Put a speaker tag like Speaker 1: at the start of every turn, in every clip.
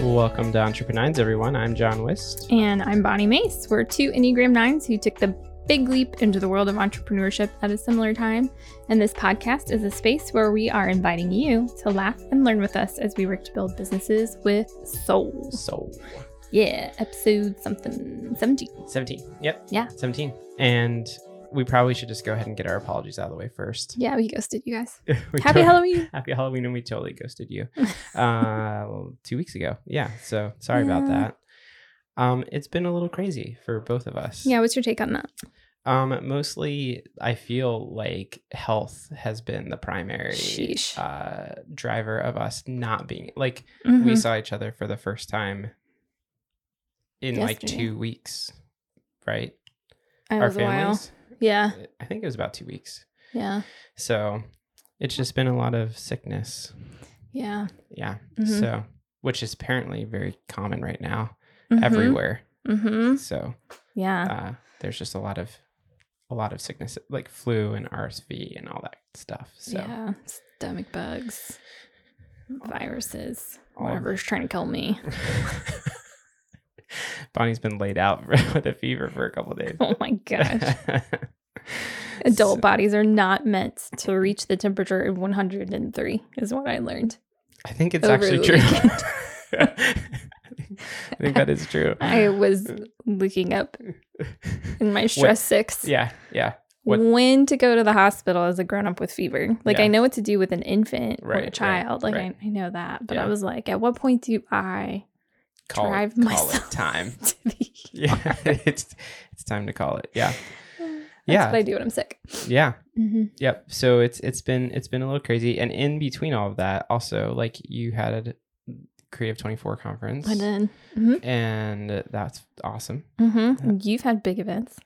Speaker 1: Welcome to Entrepreneur Nines, everyone. I'm John Wist.
Speaker 2: And I'm Bonnie Mace. We're two Enneagram Nines who took the big leap into the world of entrepreneurship at a similar time. And this podcast is a space where we are inviting you to laugh and learn with us as we work to build businesses with souls.
Speaker 1: So,
Speaker 2: Yeah, episode something 17.
Speaker 1: 17. Yep.
Speaker 2: Yeah.
Speaker 1: 17. And we probably should just go ahead and get our apologies out of the way first.
Speaker 2: Yeah, we ghosted you guys.
Speaker 1: We totally-
Speaker 2: Happy Halloween.
Speaker 1: Happy Halloween, and we totally ghosted you uh, two weeks ago. Yeah. So, sorry about
Speaker 2: Yeah.
Speaker 1: that. Um, it's been a little crazy for both of us.
Speaker 2: Yeah, what's your take on that?
Speaker 1: Um, mostly, I feel like health has been the primary
Speaker 2: Sheesh.
Speaker 1: uh, driver of us not being like we
Speaker 2: Mhm.
Speaker 1: saw each other for the first time in like
Speaker 2: Yesterday.
Speaker 1: two weeks, right?
Speaker 2: That was a while. Yeah,
Speaker 1: I think it was about two weeks.
Speaker 2: yeah,
Speaker 1: So it's just been a lot of sickness.
Speaker 2: yeah.
Speaker 1: Yeah.
Speaker 2: Mhm.
Speaker 1: So, which is apparently very common right now
Speaker 2: Mhm.
Speaker 1: everywhere.
Speaker 2: Mhm.
Speaker 1: So,
Speaker 2: Yeah.
Speaker 1: uh, there's just a lot of a lot of sickness like flu and RSV and all that stuff. So Oh.
Speaker 2: Yeah, stomach bugs, viruses,
Speaker 1: All of
Speaker 2: whatever's trying to kill me.
Speaker 1: Bonnie's been laid out with a fever for a couple of days.
Speaker 2: Oh my gosh. Adult bodies are not meant to reach the temperature of 103, is what I learned.
Speaker 1: I think it's
Speaker 2: over
Speaker 1: actually
Speaker 2: the
Speaker 1: true.
Speaker 2: weekend.
Speaker 1: I think that is true.
Speaker 2: I was looking up in my stress six
Speaker 1: yeah, yeah. what-
Speaker 2: when to go to the hospital as a grown up with fever. Like,
Speaker 1: Yeah.
Speaker 2: I know what to do with an infant
Speaker 1: Right,
Speaker 2: or a
Speaker 1: right,
Speaker 2: child. like,
Speaker 1: right.
Speaker 2: I, I know that. But
Speaker 1: Yeah.
Speaker 2: I was like, at what point do I
Speaker 1: Call
Speaker 2: drive
Speaker 1: it, call it
Speaker 2: myself
Speaker 1: time.
Speaker 2: to the.
Speaker 1: Yeah, it's it's time to call it. Yeah,
Speaker 2: That's
Speaker 1: Yeah.
Speaker 2: what I do when I'm sick.
Speaker 1: yeah.
Speaker 2: hmm
Speaker 1: Yep. So it's it's been it's been a little crazy, and in between all of that, also like you had a Creative Twenty Four conference,
Speaker 2: And then, hmm
Speaker 1: and that's awesome.
Speaker 2: hmm you've had big events.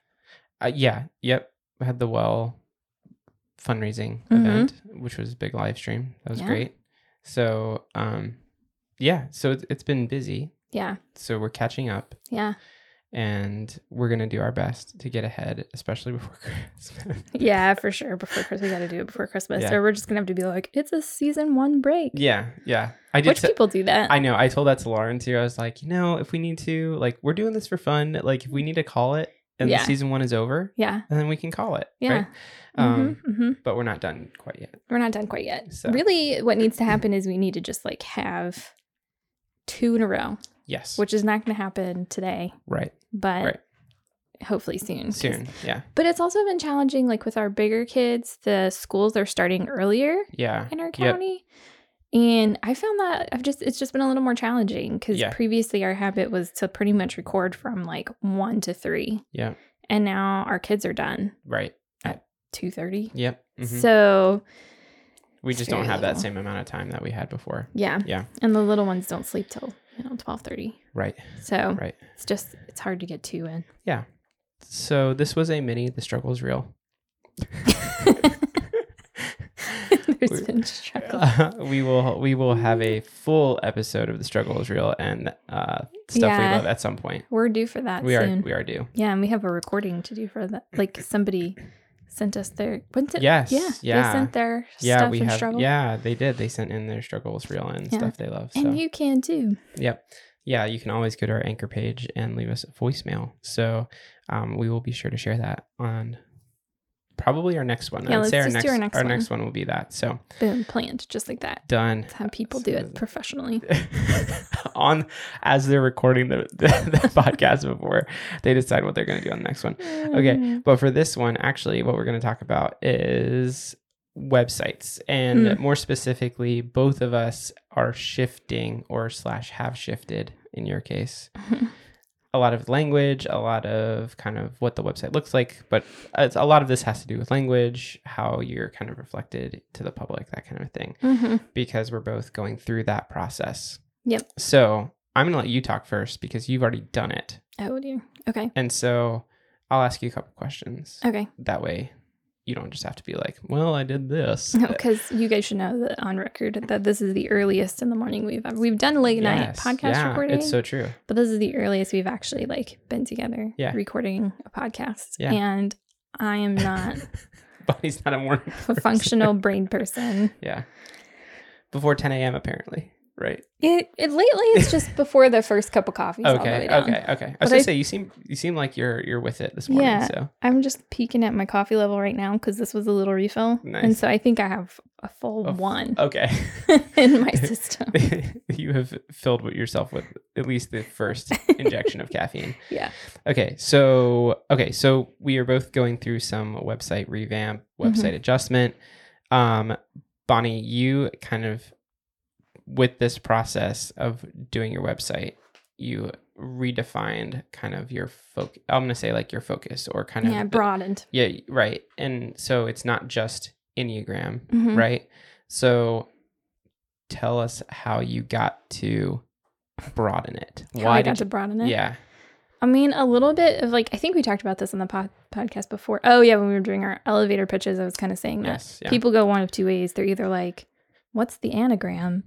Speaker 1: Uh, yeah. Yep. I had the well fundraising
Speaker 2: Mhm.
Speaker 1: event, which was a big live stream. That was
Speaker 2: Yeah.
Speaker 1: great. So um, yeah. So it's, it's been busy.
Speaker 2: Yeah.
Speaker 1: So we're catching up,
Speaker 2: Yeah.
Speaker 1: and we're gonna do our best to get ahead, especially before Christmas.
Speaker 2: Yeah, for sure. Before Christmas, we got to do it before Christmas,
Speaker 1: Yeah.
Speaker 2: or we're just gonna have to be like, it's a season one break.
Speaker 1: yeah. Yeah. I did.
Speaker 2: which
Speaker 1: say-
Speaker 2: people do that.
Speaker 1: I know. I told that to Lauren too. I was like, you know, if we need to, like, we're doing this for fun. Like, if we need to call it, and
Speaker 2: Yeah.
Speaker 1: the season one is over,
Speaker 2: yeah,
Speaker 1: then we can call it.
Speaker 2: yeah.
Speaker 1: Right? Um,
Speaker 2: Mhm, mhm.
Speaker 1: But we're not done quite yet.
Speaker 2: We're not done quite yet.
Speaker 1: So-
Speaker 2: Really, what needs to happen is we need to just like have two in a row,
Speaker 1: Yes.
Speaker 2: which is not gonna happen today,
Speaker 1: right.
Speaker 2: but
Speaker 1: Right.
Speaker 2: hopefully soon. 'cause-
Speaker 1: Soon. Yeah.
Speaker 2: But it's also been challenging, like with our bigger kids, the schools are starting earlier.
Speaker 1: Yeah.
Speaker 2: in our
Speaker 1: Yep.
Speaker 2: county. And I found that I've just it's just been a little more challenging because
Speaker 1: Yeah.
Speaker 2: previously our habit was to pretty much record from like one to three,
Speaker 1: Yeah.
Speaker 2: and now our kids are done
Speaker 1: Right.
Speaker 2: two thirty.
Speaker 1: Yep. mhm.
Speaker 2: So
Speaker 1: we
Speaker 2: it's
Speaker 1: just don't
Speaker 2: very
Speaker 1: have that
Speaker 2: little.
Speaker 1: same amount of time that we had before.
Speaker 2: yeah,
Speaker 1: Yeah.
Speaker 2: and the little ones don't sleep till you know twelve thirty.
Speaker 1: Right.
Speaker 2: So
Speaker 1: Right.
Speaker 2: it's just it's hard to get two in.
Speaker 1: So this was a mini. The struggle is real.
Speaker 2: There's
Speaker 1: We-
Speaker 2: been struggle.
Speaker 1: we will we will have a full episode of the struggle is real and uh, stuff we
Speaker 2: Yeah.
Speaker 1: love at some point.
Speaker 2: We're due for that
Speaker 1: We
Speaker 2: soon.
Speaker 1: are we are due.
Speaker 2: yeah, and we have a recording to do for that. Like somebody sent us their when's it?
Speaker 1: Yes.
Speaker 2: Yeah,
Speaker 1: Yeah.
Speaker 2: They sent their
Speaker 1: Yeah,
Speaker 2: stuff
Speaker 1: we
Speaker 2: and
Speaker 1: have.
Speaker 2: struggle.
Speaker 1: Yeah, they did. They sent in their struggles reel and
Speaker 2: Yeah.
Speaker 1: stuff they love. So
Speaker 2: And you can too.
Speaker 1: yep, yeah. You can always go to our anchor page and leave us a voicemail. So um, we will be sure to share that on probably our next one.
Speaker 2: Yeah,
Speaker 1: I'd say
Speaker 2: let's
Speaker 1: our
Speaker 2: just
Speaker 1: next
Speaker 2: do our next
Speaker 1: our
Speaker 2: one.
Speaker 1: next one will be that. So
Speaker 2: Boom, planned just like that.
Speaker 1: done
Speaker 2: That's how people do it professionally.
Speaker 1: on as they're recording the, the, the podcast before they decide what they're going to do on the next one. Okay. But for this one, actually, what we're going to talk about is websites, and
Speaker 2: Mm.
Speaker 1: more specifically, both of us are shifting or slash have shifted in your case a lot of language, a lot of kind of what the website looks like, but it's, a lot of this has to do with language, how you're kind of reflected to the public, that kind of thing,
Speaker 2: hmm
Speaker 1: because we're both going through that process.
Speaker 2: Yep.
Speaker 1: So I'm going to let you talk first because you've already done it.
Speaker 2: Oh dear. Okay.
Speaker 1: And so I'll ask you a couple questions
Speaker 2: Okay.
Speaker 1: that way you don't just have to be like, well, I did this.
Speaker 2: No, because you guys should know that on record that this is the earliest in the morning we've ever we've done late night
Speaker 1: Yes,
Speaker 2: podcast recording,
Speaker 1: It's so true.
Speaker 2: but this is the earliest we've actually like been together
Speaker 1: Yeah.
Speaker 2: recording a podcast.
Speaker 1: Yeah.
Speaker 2: And I am not
Speaker 1: Bonnie's not a morning
Speaker 2: a
Speaker 1: person.
Speaker 2: functional brain person.
Speaker 1: Yeah. Before 10 a.m., apparently. right?
Speaker 2: It, it lately it's just before the first cup of coffee. all the way
Speaker 1: okay,
Speaker 2: down.
Speaker 1: okay, okay. I
Speaker 2: But
Speaker 1: was gonna
Speaker 2: I-
Speaker 1: say you seem you seem like you're you're with it this morning.
Speaker 2: Yeah.
Speaker 1: So
Speaker 2: I'm just peeking at my coffee level right now because this was a little refill, and
Speaker 1: Nice.
Speaker 2: so I think I have a full
Speaker 1: A f-
Speaker 2: one
Speaker 1: okay,
Speaker 2: in my system.
Speaker 1: you have filled with yourself with at least the first injection of caffeine.
Speaker 2: Yeah.
Speaker 1: Okay, so okay, so we are both going through some website revamp,
Speaker 2: Mm-hmm.
Speaker 1: website adjustment. Um, Bonnie, you kind of with this process of doing your website, you redefined kind of your focus. I'm gonna say like your focus or kind of
Speaker 2: Yeah,
Speaker 1: the-
Speaker 2: broadened.
Speaker 1: yeah, right. And so it's not just Enneagram,
Speaker 2: Mhm.
Speaker 1: right? So tell us how you got to broaden it.
Speaker 2: How I got to broaden it.
Speaker 1: Yeah.
Speaker 2: I mean, a little bit of like I think we talked about this on the pod- podcast before. Oh yeah, when we were doing our elevator pitches, I was kind of saying that
Speaker 1: Yes. Yeah.
Speaker 2: people go one of two ways. They're either like, "What's the anagram?"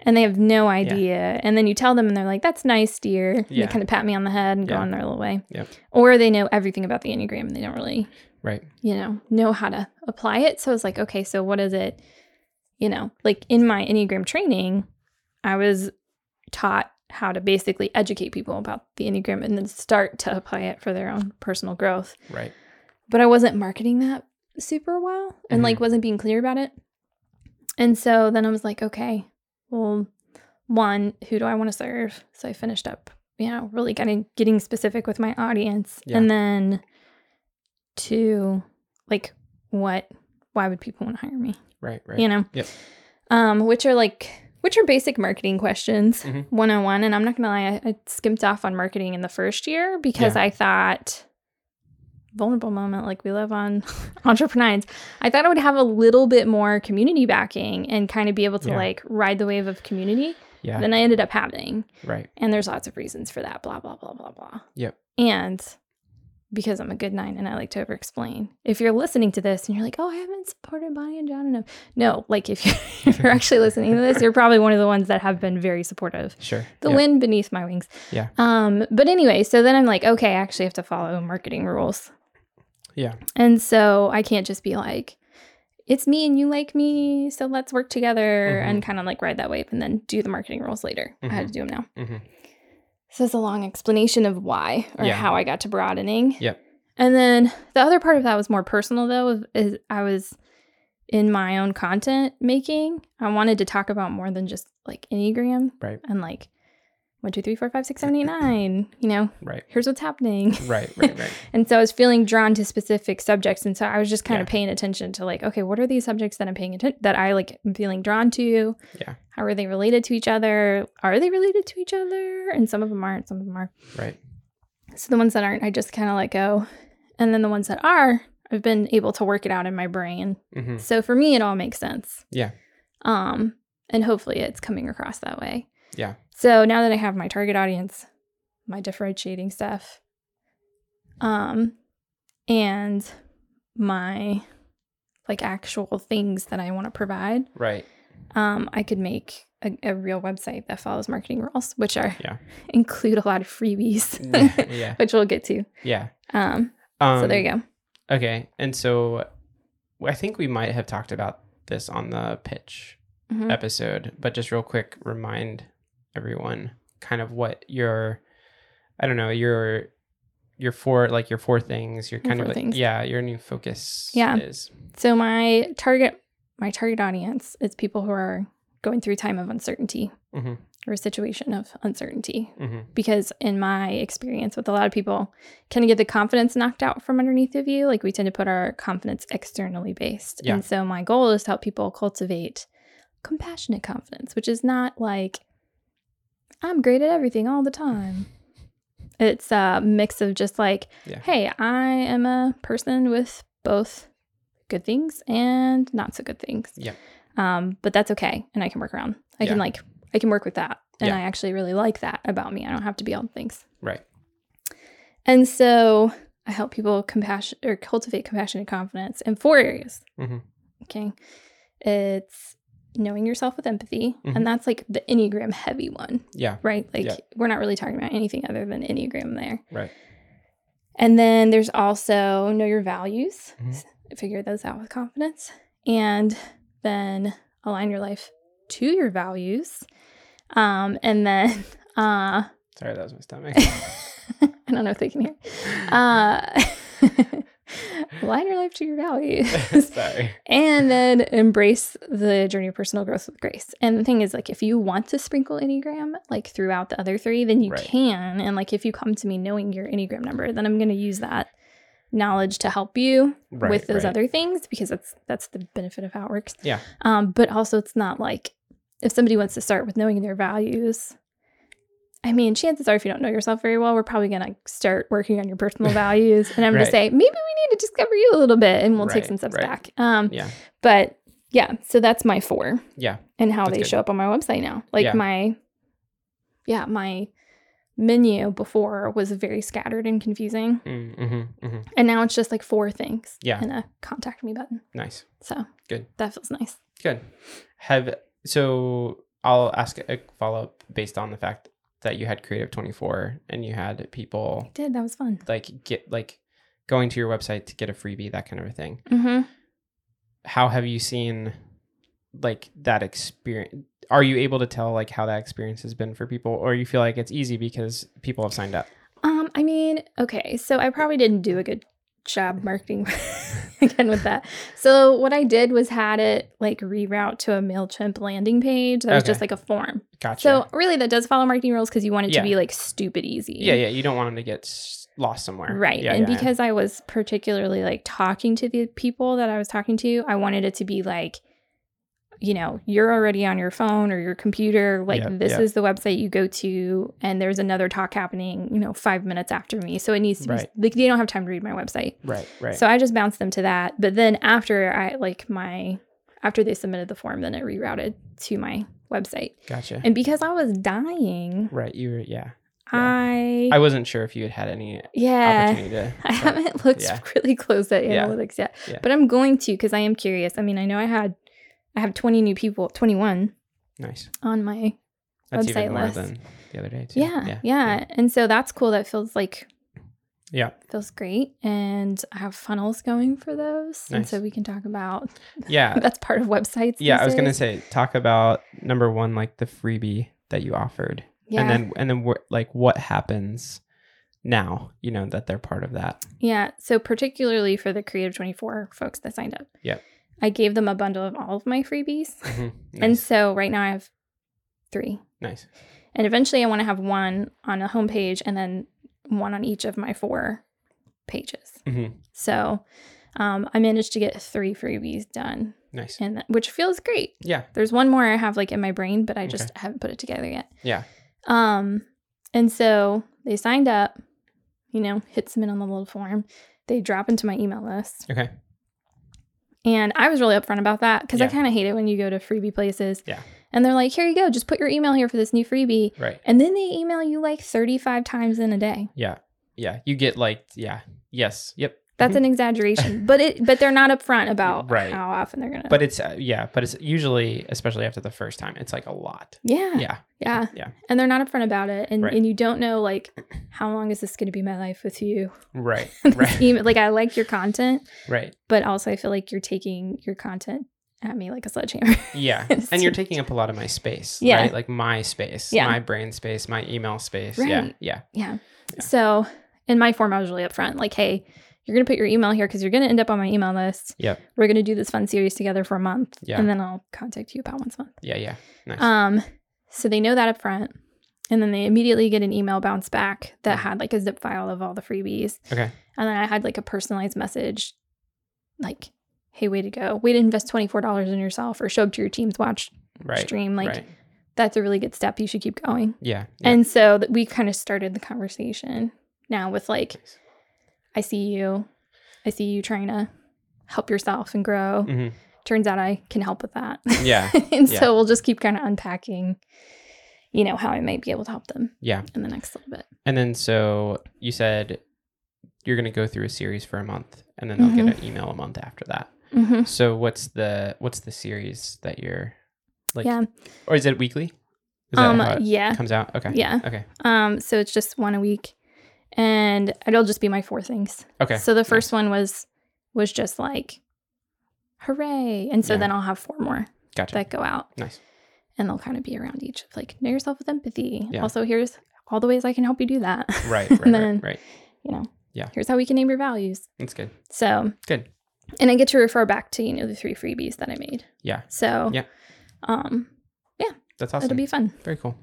Speaker 2: and they have no idea. And then you tell them, and they're like, "That's nice, dear." And
Speaker 1: Yeah.
Speaker 2: They kind of pat me on the head and go
Speaker 1: Yeah.
Speaker 2: on their little way.
Speaker 1: Yep.
Speaker 2: Or they know everything about the enneagram and they don't really
Speaker 1: Right.
Speaker 2: you know, know how to apply it. So I was like, okay, so what is it? You know, like in my Enneagram training, I was taught how to basically educate people about the Enneagram and then start to apply it for their own personal growth.
Speaker 1: Right.
Speaker 2: But I wasn't marketing that super well and
Speaker 1: Mhm.
Speaker 2: like wasn't being clear about it. And so then I was like, okay, well, one, who do I want to serve? So I finished up, you know, really kind of getting specific with my audience.
Speaker 1: Yeah.
Speaker 2: And then two, like what why would people want to hire me?
Speaker 1: Right. Right.
Speaker 2: You know?
Speaker 1: Yep.
Speaker 2: Um, which are like which are basic marketing questions
Speaker 1: Mhm.
Speaker 2: 101. And I'm not gonna lie, I, I skimped off on marketing in the first year because
Speaker 1: Yeah.
Speaker 2: I thought vulnerable moment like we live on entrepreneurs i thought i would have a little bit more community backing and kind of be able to
Speaker 1: Yeah.
Speaker 2: like ride the wave of community
Speaker 1: Yeah.
Speaker 2: than I ended up having.
Speaker 1: right.
Speaker 2: And there's lots of reasons for that, blah, blah, blah, blah, blah.
Speaker 1: Yep.
Speaker 2: And because I'm a good nine and I like to over explain. If you're listening to this and you're like, oh, I haven't supported Bonnie and John enough. No, like if you're, if you're actually listening to this, you're probably one of the ones that have been very supportive.
Speaker 1: Sure.
Speaker 2: The
Speaker 1: Yep.
Speaker 2: wind beneath my wings.
Speaker 1: Yeah.
Speaker 2: Um, but anyway, so then I'm like, okay, I actually have to follow marketing rules.
Speaker 1: Yeah.
Speaker 2: And so I can't just be like, it's me and you like me, so let's work together
Speaker 1: Mhm.
Speaker 2: and kind of like ride that wave and then do the marketing rules later. I had to do them now.
Speaker 1: hmm
Speaker 2: So it's a long explanation of why or
Speaker 1: Yeah.
Speaker 2: how I got to broadening.
Speaker 1: Yep.
Speaker 2: And then the other part of that was more personal though, is I was in my own content making. I wanted to talk about more than just like Enneagram
Speaker 1: Right.
Speaker 2: and like one, two, three, four, five, six, seven, eight, nine. You know,
Speaker 1: Right.
Speaker 2: here's what's happening.
Speaker 1: Right. Right. Right.
Speaker 2: And so I was feeling drawn to specific subjects. And so I was just kind of
Speaker 1: Yeah.
Speaker 2: paying attention to like, okay, what are these subjects that I'm paying attention that I like am feeling drawn to?
Speaker 1: Yeah.
Speaker 2: How are they related to each other? Are they related to each other? And some of them aren't, some of them are.
Speaker 1: right.
Speaker 2: So the ones that aren't, I just kind of let go. And then the ones that are, I've been able to work it out in my brain.
Speaker 1: hmm
Speaker 2: So for me, it all makes sense.
Speaker 1: Yeah.
Speaker 2: Um, and hopefully it's coming across that way.
Speaker 1: Yeah.
Speaker 2: So now that I have my target audience, my differentiating stuff, um, and my like actual things that I want to provide,
Speaker 1: Right.
Speaker 2: um, I could make a, a real website that follows marketing rules, which are
Speaker 1: Yeah.
Speaker 2: include a lot of freebies,
Speaker 1: yeah.
Speaker 2: which we'll get to.
Speaker 1: Yeah.
Speaker 2: Um,
Speaker 1: Um,
Speaker 2: so there you go.
Speaker 1: Okay. And so I think we might have talked about this on the pitch
Speaker 2: Mhm.
Speaker 1: episode, but just real quick, remind everyone kind of what your, I don't know, your, your four, like your four things, your
Speaker 2: My
Speaker 1: kind of
Speaker 2: four
Speaker 1: like,
Speaker 2: things.
Speaker 1: yeah, your new focus
Speaker 2: Yeah.
Speaker 1: is.
Speaker 2: So my target my target audience is people who are going through time of uncertainty
Speaker 1: hmm
Speaker 2: or a situation of uncertainty
Speaker 1: hmm
Speaker 2: because in my experience with a lot of people kind of get the confidence knocked out from underneath of you like we tend to put our confidence externally based
Speaker 1: Yeah.
Speaker 2: and so my goal is to help people cultivate compassionate confidence which is not like i'm great at everything all the time it's a mix of just like
Speaker 1: Yeah.
Speaker 2: hey i am a person with both good things and not so good things
Speaker 1: Yeah.
Speaker 2: um but that's okay and i can work around i can
Speaker 1: Yeah.
Speaker 2: like I can work with that. And
Speaker 1: Yeah.
Speaker 2: I actually really like that about me. I don't have to be on things.
Speaker 1: Right.
Speaker 2: And so I help people compassion or cultivate compassion and confidence in four areas.
Speaker 1: Mhm.
Speaker 2: Okay. It's knowing yourself with empathy.
Speaker 1: Mhm.
Speaker 2: And that's like the Enneagram heavy one,
Speaker 1: Yeah.
Speaker 2: right? Like
Speaker 1: Yeah.
Speaker 2: we're not really talking about anything other than Enneagram there.
Speaker 1: Right.
Speaker 2: And then there's also know your values,
Speaker 1: Mhm.
Speaker 2: figure those out with confidence, and then align your life to your values. Um, and then uh,
Speaker 1: Sorry, that was my stomach.
Speaker 2: I don't know if they can hear. Uh, align your life to your values.
Speaker 1: Sorry.
Speaker 2: and then embrace the journey of personal growth with grace. And the thing is, like, if you want to sprinkle Enneagram like throughout the other three, then you
Speaker 1: Right.
Speaker 2: can. And like, if you come to me knowing your Enneagram number, then I'm going to use that knowledge to help you
Speaker 1: Right,
Speaker 2: with those
Speaker 1: right.
Speaker 2: other things because that's that's the benefit of how it works.
Speaker 1: Yeah.
Speaker 2: Um, but also, it's not like if somebody wants to start with knowing their values. I mean, chances are, if you don't know yourself very well, we're probably going to start working on your personal values. And I'm going to
Speaker 1: Right.
Speaker 2: say, maybe we need to discover you a little bit, and we'll take
Speaker 1: Right,
Speaker 2: some steps
Speaker 1: right.
Speaker 2: back. Um,
Speaker 1: Yeah.
Speaker 2: but yeah, so that's my four
Speaker 1: Yeah.
Speaker 2: and how
Speaker 1: That's
Speaker 2: they
Speaker 1: good.
Speaker 2: show up on my website now. Like
Speaker 1: Yeah.
Speaker 2: my, yeah, my menu before was very scattered and confusing,
Speaker 1: Mm, hmm hmm
Speaker 2: and now it's just like four things.
Speaker 1: Yeah.
Speaker 2: and a contact me button.
Speaker 1: Nice.
Speaker 2: So
Speaker 1: Good.
Speaker 2: That feels nice.
Speaker 1: Good. Have so I'll ask a follow up based on the fact that you had Creative Twenty Four and you had people
Speaker 2: Did that was fun.
Speaker 1: like get like going to your website to get a freebie that kind of a thing.
Speaker 2: Mm-hmm.
Speaker 1: how have you seen like that experience are you able to tell like how that experience has been for people or you feel like it's easy because people have signed up
Speaker 2: Um, I mean, okay, so I probably didn't do a good job marketing again with that. So what I did was had it like reroute to a Mailchimp landing page that was just
Speaker 1: Okay.
Speaker 2: like a form.
Speaker 1: gotcha
Speaker 2: So really, that does follow marketing rules because you want it
Speaker 1: Yeah.
Speaker 2: to be like stupid easy.
Speaker 1: yeah yeah you don't want them to get s- lost somewhere
Speaker 2: Right.
Speaker 1: yeah,
Speaker 2: and
Speaker 1: yeah,
Speaker 2: because I was particularly like talking to the people that I was talking to, I wanted it to be like, you know, you're already on your phone or your computer. Like,
Speaker 1: Yep,
Speaker 2: this
Speaker 1: yep.
Speaker 2: is the website you go to, and there's another talk happening, you know, five minutes after me. So it needs to
Speaker 1: Right.
Speaker 2: be like, they don't have time to read my website.
Speaker 1: right right
Speaker 2: So I just bounced them to that. But then after I like my, after they submitted the form, then it rerouted to my website.
Speaker 1: gotcha
Speaker 2: And because I was dying,
Speaker 1: right you were yeah
Speaker 2: I,
Speaker 1: i wasn't sure if you had had any
Speaker 2: yeah.
Speaker 1: opportunity to
Speaker 2: Uh, I haven't looked
Speaker 1: yeah.
Speaker 2: really close at
Speaker 1: Yeah.
Speaker 2: analytics yet,
Speaker 1: Yeah.
Speaker 2: but I'm going to because I am curious. I mean, I know I had, I have 20 new people, 21
Speaker 1: nice
Speaker 2: on my,
Speaker 1: that's
Speaker 2: Website
Speaker 1: even more
Speaker 2: list.
Speaker 1: than the other day too.
Speaker 2: yeah, yeah, and so that's cool. That feels like
Speaker 1: yeah
Speaker 2: feels great, and I have funnels going for those, and so
Speaker 1: Nice.
Speaker 2: we can talk about
Speaker 1: yeah
Speaker 2: that's part of websites.
Speaker 1: yeah
Speaker 2: these
Speaker 1: i was gonna
Speaker 2: days.
Speaker 1: say talk about number one like the freebie that you offered
Speaker 2: yeah,
Speaker 1: and then and then wh- like what happens now you know that they're part of that
Speaker 2: yeah. So particularly for the Creative 24 folks that signed up,
Speaker 1: Yep.
Speaker 2: I gave them a bundle of all of my freebies, and
Speaker 1: nice,
Speaker 2: so right now I have three.
Speaker 1: nice
Speaker 2: And eventually I want to have one on a homepage and then one on each of my four pages.
Speaker 1: Mhm.
Speaker 2: So um, I managed to get three freebies done,
Speaker 1: nice
Speaker 2: and that, which feels great.
Speaker 1: yeah
Speaker 2: There's one more I have like in my brain, but I just
Speaker 1: Okay.
Speaker 2: haven't put it together yet.
Speaker 1: yeah
Speaker 2: Um, and so they signed up, you know, hit submit on the little form. They drop into my email list.
Speaker 1: okay
Speaker 2: And I was really upfront about that because I
Speaker 1: Yeah.
Speaker 2: kind of hate it when you go to freebie places.
Speaker 1: Yeah.
Speaker 2: And they're like, here you go, just put your email here for this new freebie.
Speaker 1: right
Speaker 2: And then they email you like 35 times in a day.
Speaker 1: yeah yeah you get like yeah yes yep Mm-hmm.
Speaker 2: That's an exaggeration, but it but they're not upfront about
Speaker 1: Right.
Speaker 2: how often they're gonna.
Speaker 1: but it's uh, yeah but it's usually especially after the first time it's like a lot
Speaker 2: yeah, yeah,
Speaker 1: yeah yeah.
Speaker 2: and they're not upfront about it, and
Speaker 1: Right.
Speaker 2: and you don't know like how long is this gonna be my life with you?
Speaker 1: right
Speaker 2: This
Speaker 1: right
Speaker 2: email- like I like your content,
Speaker 1: right
Speaker 2: but also I feel like you're taking your content at me like a sledgehammer.
Speaker 1: yeah
Speaker 2: It's
Speaker 1: and you're
Speaker 2: too
Speaker 1: taking up a lot of my space
Speaker 2: Yeah.
Speaker 1: right like my space
Speaker 2: Yeah.
Speaker 1: my brain space my email space yeah
Speaker 2: Right.
Speaker 1: yeah
Speaker 2: yeah. So in my form, I was really upfront, like, hey, you're gonna put your email here because you're gonna end up on my email list.
Speaker 1: Yep.
Speaker 2: We're gonna do this fun series together for a month,
Speaker 1: Yeah.
Speaker 2: and then I'll contact you about once a month.
Speaker 1: yeah yeah nice
Speaker 2: Um, so they know that up front. And then they immediately get an email bounce back that
Speaker 1: Mhm.
Speaker 2: had like a zip file of all the freebies.
Speaker 1: okay
Speaker 2: And then I had like a personalized message like, hey, way to go. Way to invest $24 in yourself or show up to your team's watch
Speaker 1: right
Speaker 2: stream. Like,
Speaker 1: right
Speaker 2: that's a really good step. You should keep going.
Speaker 1: yeah, yeah.
Speaker 2: And so that we kind of started the conversation now with like,
Speaker 1: Nice.
Speaker 2: I see you. I see you trying to help yourself and grow.
Speaker 1: Mhm.
Speaker 2: Turns out I can help with that.
Speaker 1: yeah
Speaker 2: and
Speaker 1: Yeah.
Speaker 2: so we'll just keep kind of unpacking, you know, how I might be able to help them
Speaker 1: yeah
Speaker 2: in the next little bit.
Speaker 1: And then so you said you're going to go through a series for a month and then they'll get an email a month after that.
Speaker 2: Mm-hmm.
Speaker 1: So what's the what's the series that you're like
Speaker 2: yeah.
Speaker 1: or is it weekly? Is that
Speaker 2: Um.
Speaker 1: how it
Speaker 2: Yeah.
Speaker 1: comes out? Okay.
Speaker 2: Yeah.
Speaker 1: Okay.
Speaker 2: Um. So it's just one a week, and it'll just be my four things.
Speaker 1: Okay.
Speaker 2: So the first one was was just like, hooray! And so
Speaker 1: Yeah.
Speaker 2: then I'll have four more
Speaker 1: Gotcha.
Speaker 2: that go out,
Speaker 1: nice.
Speaker 2: and they'll kind of be around each of like know yourself with empathy.
Speaker 1: Yeah.
Speaker 2: Also, here's all the ways I can help you do that.
Speaker 1: Right,
Speaker 2: and
Speaker 1: right,
Speaker 2: then
Speaker 1: right, right.
Speaker 2: you know,
Speaker 1: Yeah.
Speaker 2: here's how we can name your values.
Speaker 1: That's good.
Speaker 2: So
Speaker 1: Good.
Speaker 2: and I get to refer back to you know the three freebies that I made.
Speaker 1: Yeah.
Speaker 2: So
Speaker 1: Yeah.
Speaker 2: um,
Speaker 1: That's awesome.
Speaker 2: it'll be fun.
Speaker 1: Very cool.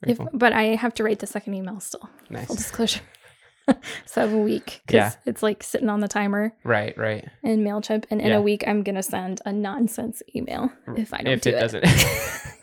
Speaker 1: Very
Speaker 2: If,
Speaker 1: cool.
Speaker 2: but I have to write the second email still. Full
Speaker 1: Nice.
Speaker 2: disclosure. so I have a week because
Speaker 1: Yeah.
Speaker 2: it's like sitting on the timer
Speaker 1: Right, right.
Speaker 2: in Mailchimp, and in
Speaker 1: Yeah.
Speaker 2: a week I'm gonna send a nonsense email
Speaker 1: R-
Speaker 2: if I don't
Speaker 1: if
Speaker 2: do
Speaker 1: it,
Speaker 2: it.
Speaker 1: doesn't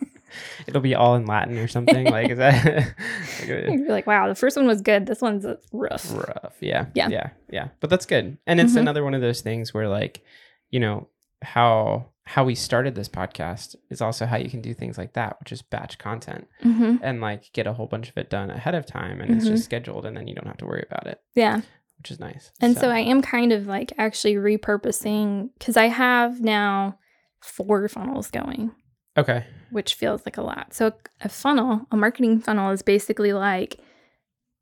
Speaker 1: it'll be all in Latin or something. Like is that uh,
Speaker 2: You'd be like, wow, the first one was good. This one's uh, rough.
Speaker 1: rough. Yeah.
Speaker 2: Yeah.
Speaker 1: Yeah. Yeah. But that's good. And it's
Speaker 2: Mhm.
Speaker 1: another one of those things where like, you know, how how we started this podcast is also how you can do things like that, which is batch content
Speaker 2: hmm
Speaker 1: and like get a whole bunch of it done ahead of time and it's
Speaker 2: Mhm.
Speaker 1: just scheduled and then you don't have to worry about it,
Speaker 2: Yeah.
Speaker 1: which is nice.
Speaker 2: And so. I am kind of like actually repurposing because I have now four funnels going,
Speaker 1: Okay.
Speaker 2: which feels like a lot. So a funnel, a marketing funnel is basically like,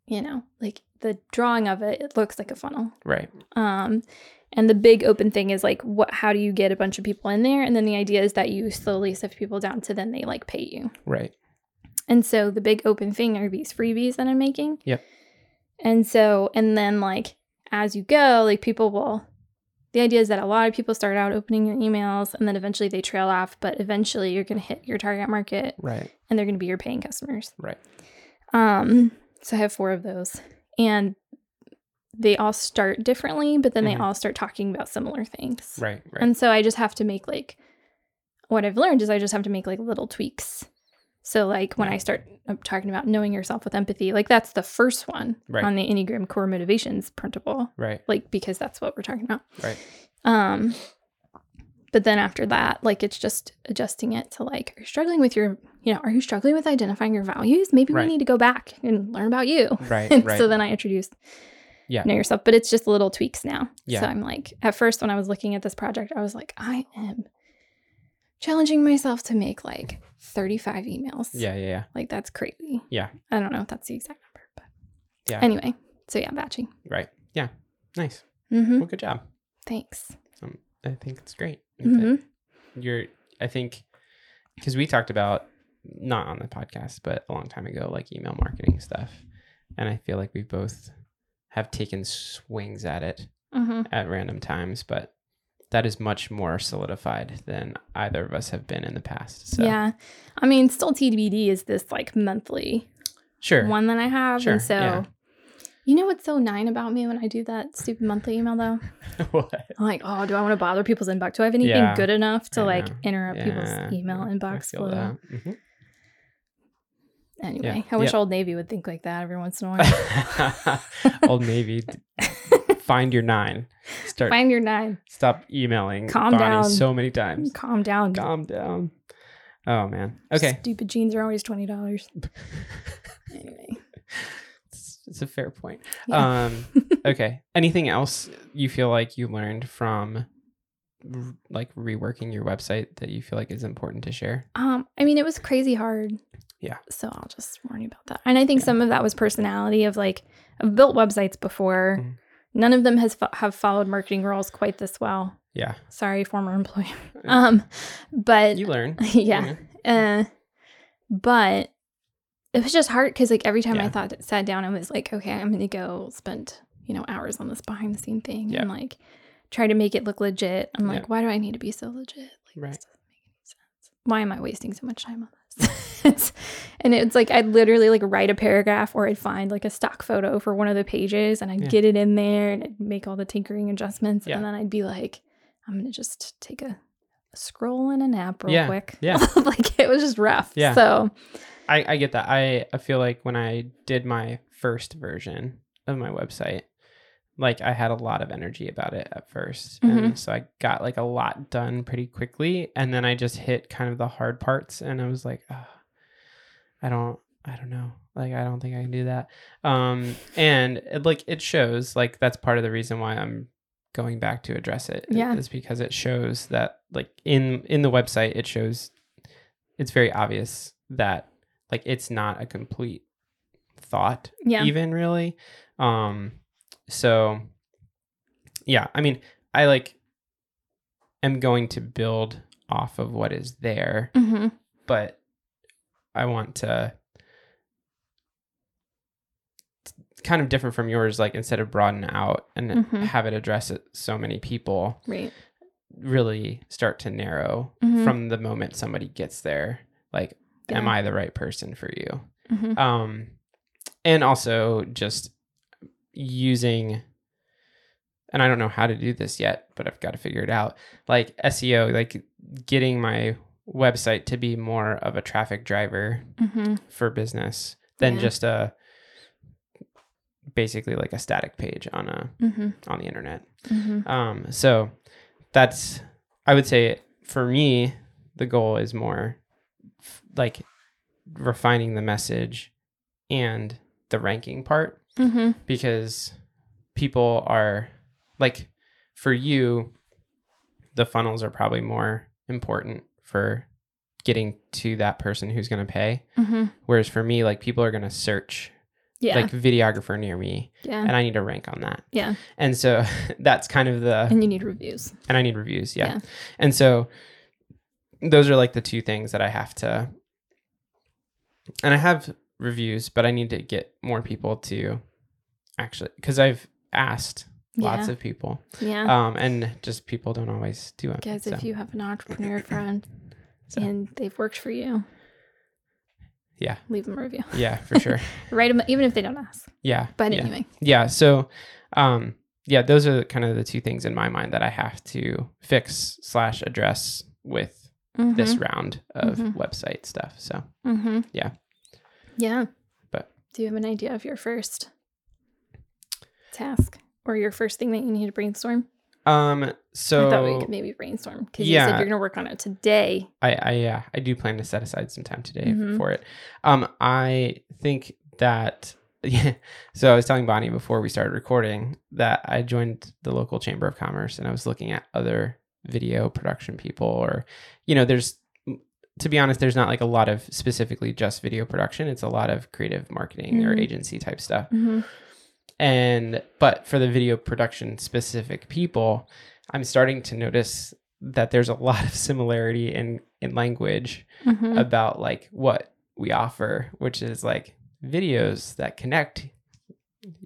Speaker 2: you know, like the drawing of it, it looks like a funnel.
Speaker 1: Right.
Speaker 2: Um, and the big open thing is like, what? How do you get a bunch of people in there? And then the idea is that you slowly sift people down to then they like pay you.
Speaker 1: Right.
Speaker 2: And so the big open thing are these freebies that I'm making.
Speaker 1: Yep.
Speaker 2: And so, and then like as you go, like people will, the idea is that a lot of people start out opening your emails and then eventually they trail off, but eventually you're going to hit your target market
Speaker 1: Right.
Speaker 2: and they're going to be your paying customers.
Speaker 1: Right.
Speaker 2: Um, so I have four of those and they all start differently, but then
Speaker 1: Mhm.
Speaker 2: they all start talking about similar things.
Speaker 1: Right. Right.
Speaker 2: And so I just have to make like what I've learned is I just have to make like little tweaks. So like when I
Speaker 1: Right.
Speaker 2: start uh, talking about knowing yourself with empathy, like that's the first one
Speaker 1: Right.
Speaker 2: on the Enneagram core motivations printable,
Speaker 1: right.
Speaker 2: like because that's what we're talking about.
Speaker 1: Right.
Speaker 2: Um but then after that, like it's just adjusting it to like are you struggling with your, you know, are you struggling with identifying your values? Maybe
Speaker 1: Right.
Speaker 2: we need to go back and learn about you.
Speaker 1: Right.
Speaker 2: And
Speaker 1: Right.
Speaker 2: so then I introduced
Speaker 1: Yeah.
Speaker 2: know yourself, but it's just little tweaks now.
Speaker 1: Yeah.
Speaker 2: So I'm like, at first when I was looking at this project, I was like, I am challenging myself to make like 35 emails.
Speaker 1: yeah. Yeah. Yeah.
Speaker 2: Like that's crazy.
Speaker 1: Yeah.
Speaker 2: I don't know if that's the exact number, but
Speaker 1: Yeah.
Speaker 2: anyway. So yeah, batching.
Speaker 1: Right. Yeah. Nice.
Speaker 2: Mm-hmm.
Speaker 1: Well, good job.
Speaker 2: Thanks.
Speaker 1: Um, I think it's great. I think that
Speaker 2: hmm
Speaker 1: You're, I think, because we talked about not on the podcast, but a long time ago, like email marketing stuff, and I feel like we both have taken swings at it
Speaker 2: hmm
Speaker 1: at random times, but that is much more solidified than either of us have been in the past. So
Speaker 2: Yeah. I mean, still TBD is this like monthly
Speaker 1: sure,
Speaker 2: one that I have.
Speaker 1: Sure,
Speaker 2: And so,
Speaker 1: yeah.
Speaker 2: you know what's so nine about me when I do that stupid monthly email though?
Speaker 1: What?
Speaker 2: I'm like, oh, do I want to bother people's inbox? Do I have anything
Speaker 1: Yeah.
Speaker 2: good enough to
Speaker 1: I
Speaker 2: like
Speaker 1: know.
Speaker 2: interrupt
Speaker 1: Yeah,
Speaker 2: people's email
Speaker 1: I
Speaker 2: inbox
Speaker 1: feel
Speaker 2: flow?
Speaker 1: that. Mhm.
Speaker 2: Anyway,
Speaker 1: Yeah.
Speaker 2: I wish
Speaker 1: Yeah.
Speaker 2: Old Navy would think like that every once in a while.
Speaker 1: Old Navy, Mm-hmm. d- find your nine. Start.
Speaker 2: Find your nine.
Speaker 1: Stop emailing
Speaker 2: Calm
Speaker 1: Bonnie
Speaker 2: down.
Speaker 1: so many times.
Speaker 2: Calm down.
Speaker 1: Calm down. Oh man. Okay.
Speaker 2: Stupid jeans are always twenty dollars. anyway,
Speaker 1: It's, it's a fair point.
Speaker 2: Yeah.
Speaker 1: Um okay. Anything else you feel like you learned from r- like reworking your website that you feel like is important to share?
Speaker 2: um, I mean, it was crazy hard.
Speaker 1: Yeah.
Speaker 2: So I'll just warn you about that. And I think
Speaker 1: Yeah.
Speaker 2: some of that was personality of like I've built websites before.
Speaker 1: Mhm.
Speaker 2: None of them has fo- have followed marketing roles quite this well.
Speaker 1: Yeah.
Speaker 2: Sorry, former employer. Um, but
Speaker 1: You learn.
Speaker 2: yeah.
Speaker 1: Okay.
Speaker 2: Uh, but it was just hard because like every time
Speaker 1: Yeah.
Speaker 2: I thought sat down, I was like, okay, I'm gonna go spend you know hours on this behind the scene thing
Speaker 1: Yeah.
Speaker 2: and like try to make it look legit. I'm like,
Speaker 1: Yeah.
Speaker 2: why do I need to be so legit? Like,
Speaker 1: Right.
Speaker 2: this doesn't make any sense. Why am I wasting so much time on this? It's- and it's like I'd literally like write a paragraph or I'd find like a stock photo for one of the pages and I'd
Speaker 1: Yeah.
Speaker 2: get it in there and I'd make all the tinkering adjustments
Speaker 1: Yeah.
Speaker 2: and then I'd be like, I'm gonna just take a scroll and a nap real
Speaker 1: Yeah,
Speaker 2: quick.
Speaker 1: yeah.
Speaker 2: like it was just rough.
Speaker 1: Yeah.
Speaker 2: So
Speaker 1: I, I get that. I, I feel like when I did my first version of my website, like I had a lot of energy about it at 1st And so I got like a lot done pretty quickly. And then I just hit kind of the hard parts and I was like, "Ugh, I don't, I don't know. Like, I don't think I can do that. Um, and it, like, it shows like that's part of the reason why I'm going back to address it
Speaker 2: Yeah.
Speaker 1: is because it shows that like in, in the website, it shows it's very obvious that like it's not a complete thought
Speaker 2: yeah.
Speaker 1: even really um so yeah i mean i like am going to build off of what is there
Speaker 2: hmm
Speaker 1: but I want to kind of different from yours like instead of broaden out and
Speaker 2: Mhm.
Speaker 1: have it address it so many people
Speaker 2: Right.
Speaker 1: really start to narrow
Speaker 2: Mhm.
Speaker 1: from the moment somebody gets there like am i the right person for you
Speaker 2: hmm
Speaker 1: um and also just using and i don't know how to do this yet but i've got to figure it out like seo like getting my website to be more of a traffic driver
Speaker 2: hmm
Speaker 1: for business than
Speaker 2: Yeah.
Speaker 1: just a basically like a static page on a
Speaker 2: hmm
Speaker 1: on the internet
Speaker 2: hmm
Speaker 1: um so that's i would say for me the goal is more f- like refining the message and the ranking part
Speaker 2: hmm
Speaker 1: because people are like for you the funnels are probably more important for getting to that person who's going to pay
Speaker 2: hmm
Speaker 1: whereas for me like people are going to search
Speaker 2: Yeah.
Speaker 1: like videographer near me
Speaker 2: yeah.
Speaker 1: and i need to rank on that
Speaker 2: yeah.
Speaker 1: and so that's kind of the
Speaker 2: And you need reviews.
Speaker 1: and I need reviews. Yeah.
Speaker 2: Yeah.
Speaker 1: And so those are like the two things that I have to and I have reviews, but I need to get more people to actually cuz I've asked lots
Speaker 2: yeah.
Speaker 1: of people.
Speaker 2: yeah.
Speaker 1: Um and just people don't always do it.
Speaker 2: Guys,
Speaker 1: so,
Speaker 2: if you have an entrepreneur friend
Speaker 1: So.
Speaker 2: and they've worked for you,
Speaker 1: Yeah.
Speaker 2: leave them a review.
Speaker 1: yeah, for sure.
Speaker 2: Write them, even if they don't ask.
Speaker 1: Yeah.
Speaker 2: But
Speaker 1: yeah.
Speaker 2: anyway,
Speaker 1: Yeah, so um yeah, those are kind of the two things in my mind that I have to fix slash address with
Speaker 2: Mm-hmm.
Speaker 1: this round of
Speaker 2: Mhm.
Speaker 1: website stuff. So
Speaker 2: Mm-hmm.
Speaker 1: Yeah.
Speaker 2: Yeah.
Speaker 1: But-
Speaker 2: do you have an idea of your first task or your first thing that you need to brainstorm?
Speaker 1: um so
Speaker 2: I thought we could maybe brainstorm because you
Speaker 1: Yeah.
Speaker 2: said you're going to work on it today.
Speaker 1: I, I yeah, I do plan to set aside some time today
Speaker 2: Mhm.
Speaker 1: for it. Um, I think that yeah. So I was telling Bonnie before we started recording that I joined the local chamber of commerce and I was looking at other video production people or, you know, there's to be honest, there's not like a lot of specifically just video production. It's a lot of creative marketing or
Speaker 2: Mhm.
Speaker 1: agency type stuff.
Speaker 2: Mm-hmm.
Speaker 1: And but for the video production specific people, I'm starting to notice that there's a lot of similarity in in language
Speaker 2: Mm-hmm.
Speaker 1: about like what we offer, which is like videos that connect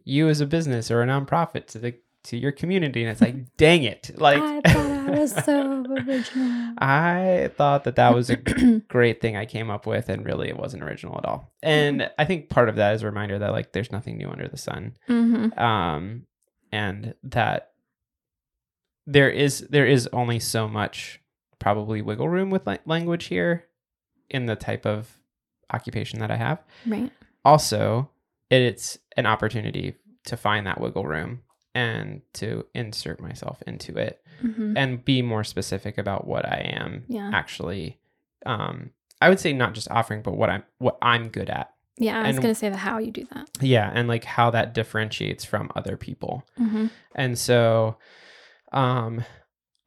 Speaker 1: you as a business or a nonprofit to the to your community and it's like dang it like
Speaker 2: I thought I was so original.
Speaker 1: I thought that that was a great thing I came up with and really it wasn't original at all. And I think part of that is a reminder that like there's nothing new under the sun
Speaker 2: mm-hmm.
Speaker 1: um, and that there is there is only so much probably wiggle room with la- language here in the type of occupation that I have.
Speaker 2: Right.
Speaker 1: Also, it's an opportunity to find that wiggle room and to insert myself into it
Speaker 2: Mm-hmm.
Speaker 1: and be more specific about what I am
Speaker 2: Yeah.
Speaker 1: actually. Um, I would say not just offering, but what I'm what I'm good at.
Speaker 2: Yeah. I was
Speaker 1: and-
Speaker 2: going to say the how you do that.
Speaker 1: Yeah, and like how that differentiates from other people.
Speaker 2: Mm-hmm.
Speaker 1: And so, um,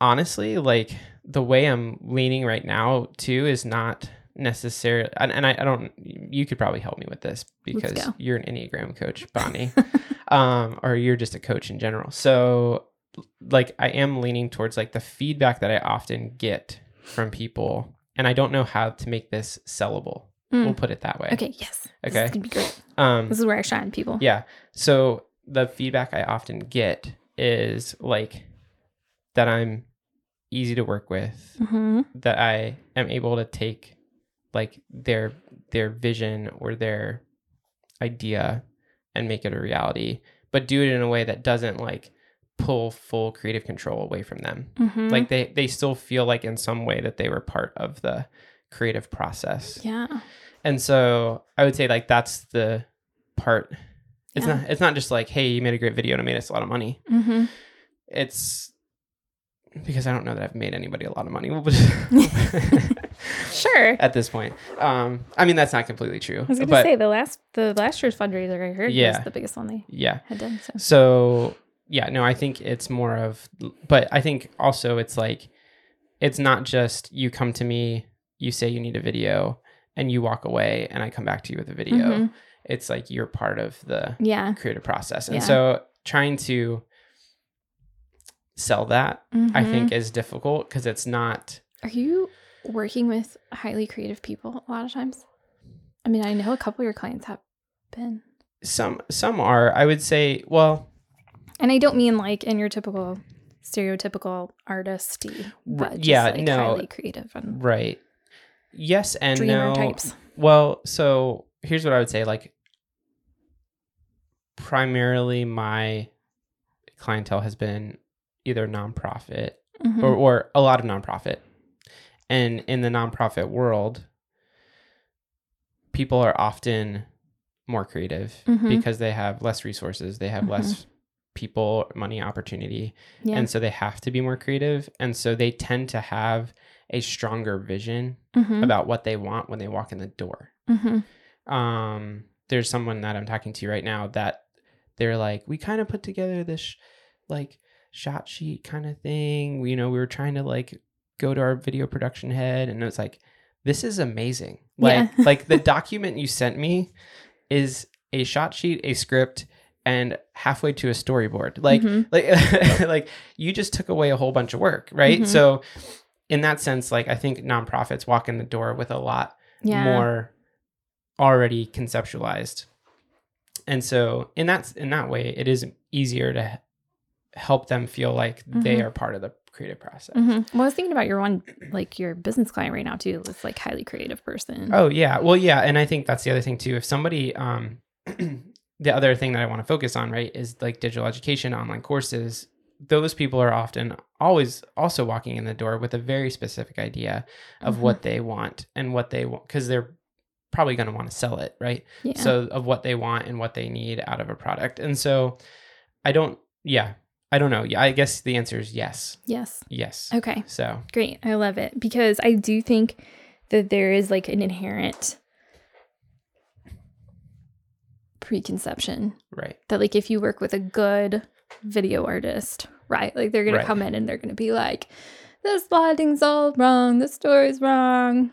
Speaker 1: honestly, like the way I'm leaning right now too is not necessarily, and, and I, I don't, you could probably help me with this because
Speaker 2: go.
Speaker 1: you're an Enneagram coach, Bonnie, um, or you're just a coach in general. So, like, I am leaning towards like the feedback that I often get from people, and I don't know how to make this sellable.
Speaker 2: Mm.
Speaker 1: We'll put it that way.
Speaker 2: Okay. Yes. This
Speaker 1: Okay.
Speaker 2: is going to be great.
Speaker 1: Um,
Speaker 2: This is where I shine, people.
Speaker 1: yeah. So the feedback I often get is like that I'm easy to work with,
Speaker 2: Mm-hmm.
Speaker 1: that I am able to take like their their vision or their idea and make it a reality, but do it in a way that doesn't like pull full creative control away from them.
Speaker 2: Mm-hmm.
Speaker 1: Like they they still feel like in some way that they were part of the creative process.
Speaker 2: yeah.
Speaker 1: And so I would say like that's the part. It's
Speaker 2: Yeah.
Speaker 1: not it's not just like, hey, you made a great video and it made us a lot of money.
Speaker 2: Mm-hmm.
Speaker 1: It's because I don't know that I've made anybody a lot of money
Speaker 2: Sure.
Speaker 1: at this point. Um I mean that's not completely true.
Speaker 2: I was going to
Speaker 1: but
Speaker 2: say the last the last year's fundraiser I heard
Speaker 1: Yeah.
Speaker 2: was the biggest one they
Speaker 1: yeah.
Speaker 2: had done. So.
Speaker 1: So yeah, no, I think it's more of but I think also it's like it's not just you come to me, you say you need a video and you walk away and I come back to you with a video.
Speaker 2: Mhm.
Speaker 1: It's like you're part of the
Speaker 2: Yeah.
Speaker 1: creative process. And
Speaker 2: Yeah.
Speaker 1: so trying to sell that, I
Speaker 2: Mhm.
Speaker 1: think, is difficult because it's not
Speaker 2: Are you working with highly creative people a lot of times? I mean, I know a couple of your clients have been.
Speaker 1: Some some are. I would say, well,
Speaker 2: And I don't mean like in your typical stereotypical artisty,
Speaker 1: r-
Speaker 2: but just
Speaker 1: yeah,
Speaker 2: like
Speaker 1: no,
Speaker 2: highly creative and
Speaker 1: right. Yes and
Speaker 2: dreamer
Speaker 1: no.
Speaker 2: types.
Speaker 1: Well, so here's what I would say like primarily my clientele has been either nonprofit
Speaker 2: Mhm.
Speaker 1: or, or a lot of nonprofit. And in the nonprofit world, people are often more creative
Speaker 2: Mhm.
Speaker 1: because they have less resources, they have less people, money, opportunity.
Speaker 2: yeah.
Speaker 1: And so they have to be more creative. And so they tend to have a stronger vision
Speaker 2: Mhm.
Speaker 1: about what they want when they walk in the door
Speaker 2: Mhm.
Speaker 1: um there's someone that i'm talking to right now that they're like we kind of put together this sh- like shot sheet kind of thing We- you know we were trying to like go to our video production head and it's like this is amazing like
Speaker 2: Yeah.
Speaker 1: like the document you sent me is a shot sheet a script and halfway to a storyboard like
Speaker 2: Mhm.
Speaker 1: like like you just took away a whole bunch of work right
Speaker 2: Mhm.
Speaker 1: so in that sense like i think nonprofits walk in the door with a lot
Speaker 2: yeah.
Speaker 1: more already conceptualized. And so in that in that way, it is easier to he- help them feel like they
Speaker 2: Mhm.
Speaker 1: are part of the creative process.
Speaker 2: Mhm. Well, I was thinking about your one, like your business client right now too. This like highly creative person.
Speaker 1: Oh yeah, well yeah, and I think that's the other thing too. If somebody, um, the other thing that I want to focus on right is like digital education, online courses. Those people are often always also walking in the door with a very specific idea of
Speaker 2: Mhm.
Speaker 1: what they want and what they want because they're probably going to want to sell it, right?
Speaker 2: yeah.
Speaker 1: so of what they want and what they need out of a product and so i don't yeah i don't know yeah i guess the answer is yes
Speaker 2: yes.
Speaker 1: yes
Speaker 2: Okay.
Speaker 1: so
Speaker 2: Great. I love it because I do think that there is like an inherent preconception
Speaker 1: right
Speaker 2: that like if you work with a good video artist, right? Like they're going
Speaker 1: Right.
Speaker 2: to come in and they're going to be like this lighting's all wrong, this story's wrong,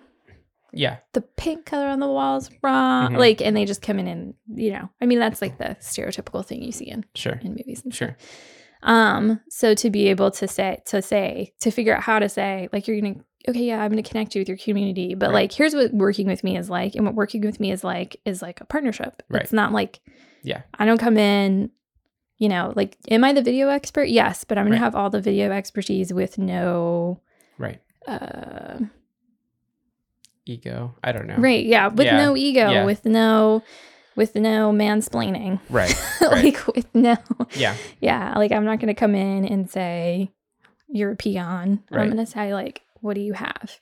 Speaker 1: yeah
Speaker 2: the pink color on the wall's wrong.
Speaker 1: Mhm.
Speaker 2: Like and they just come in and, you know. I mean, that's like the stereotypical thing you see in
Speaker 1: sure
Speaker 2: in movies and
Speaker 1: sure
Speaker 2: um, so to be able to say to say to figure out how to say like you're gonna okay yeah I'm gonna connect you with your community, but
Speaker 1: Right.
Speaker 2: like here's what working with me is like, and what working with me is like is like a partnership.
Speaker 1: Right.
Speaker 2: It's not like
Speaker 1: Yeah.
Speaker 2: I don't come in, you know, like am I the video expert? Yes, but I'm gonna
Speaker 1: Right.
Speaker 2: have all the video expertise with no.
Speaker 1: right
Speaker 2: Uh,
Speaker 1: ego i don't know
Speaker 2: Right, yeah, with
Speaker 1: Yeah.
Speaker 2: no ego,
Speaker 1: Yeah.
Speaker 2: with no, with no mansplaining,
Speaker 1: right Right.
Speaker 2: like with no,
Speaker 1: yeah
Speaker 2: Yeah, like I'm not going to come in and say you're a peon.
Speaker 1: Right.
Speaker 2: I'm going to say like, what do you have?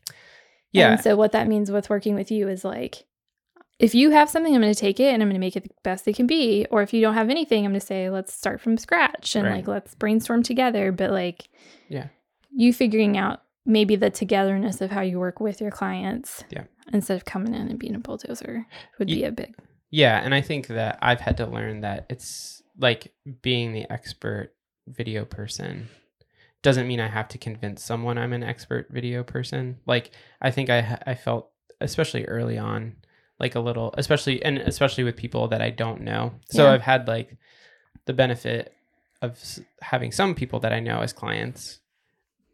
Speaker 1: yeah
Speaker 2: And so what that means with working with you is like, if you have something, I'm going to take it and I'm going to make it the best it can be. Or if you don't have anything, I'm going to say let's start from scratch and
Speaker 1: Right.
Speaker 2: like let's brainstorm together. But like,
Speaker 1: Yeah.
Speaker 2: you figuring out maybe the togetherness of how you work with your clients.
Speaker 1: Yeah.
Speaker 2: Instead of coming in and being a bulldozer would
Speaker 1: Ye-
Speaker 2: be a big
Speaker 1: yeah and i think that i've had to learn that it's like being the expert video person doesn't mean i have to convince someone i'm an expert video person like i think i i felt especially early on like a little especially and especially with people that i don't know so
Speaker 2: Yeah.
Speaker 1: i've had like the benefit of s- having some people that i know as clients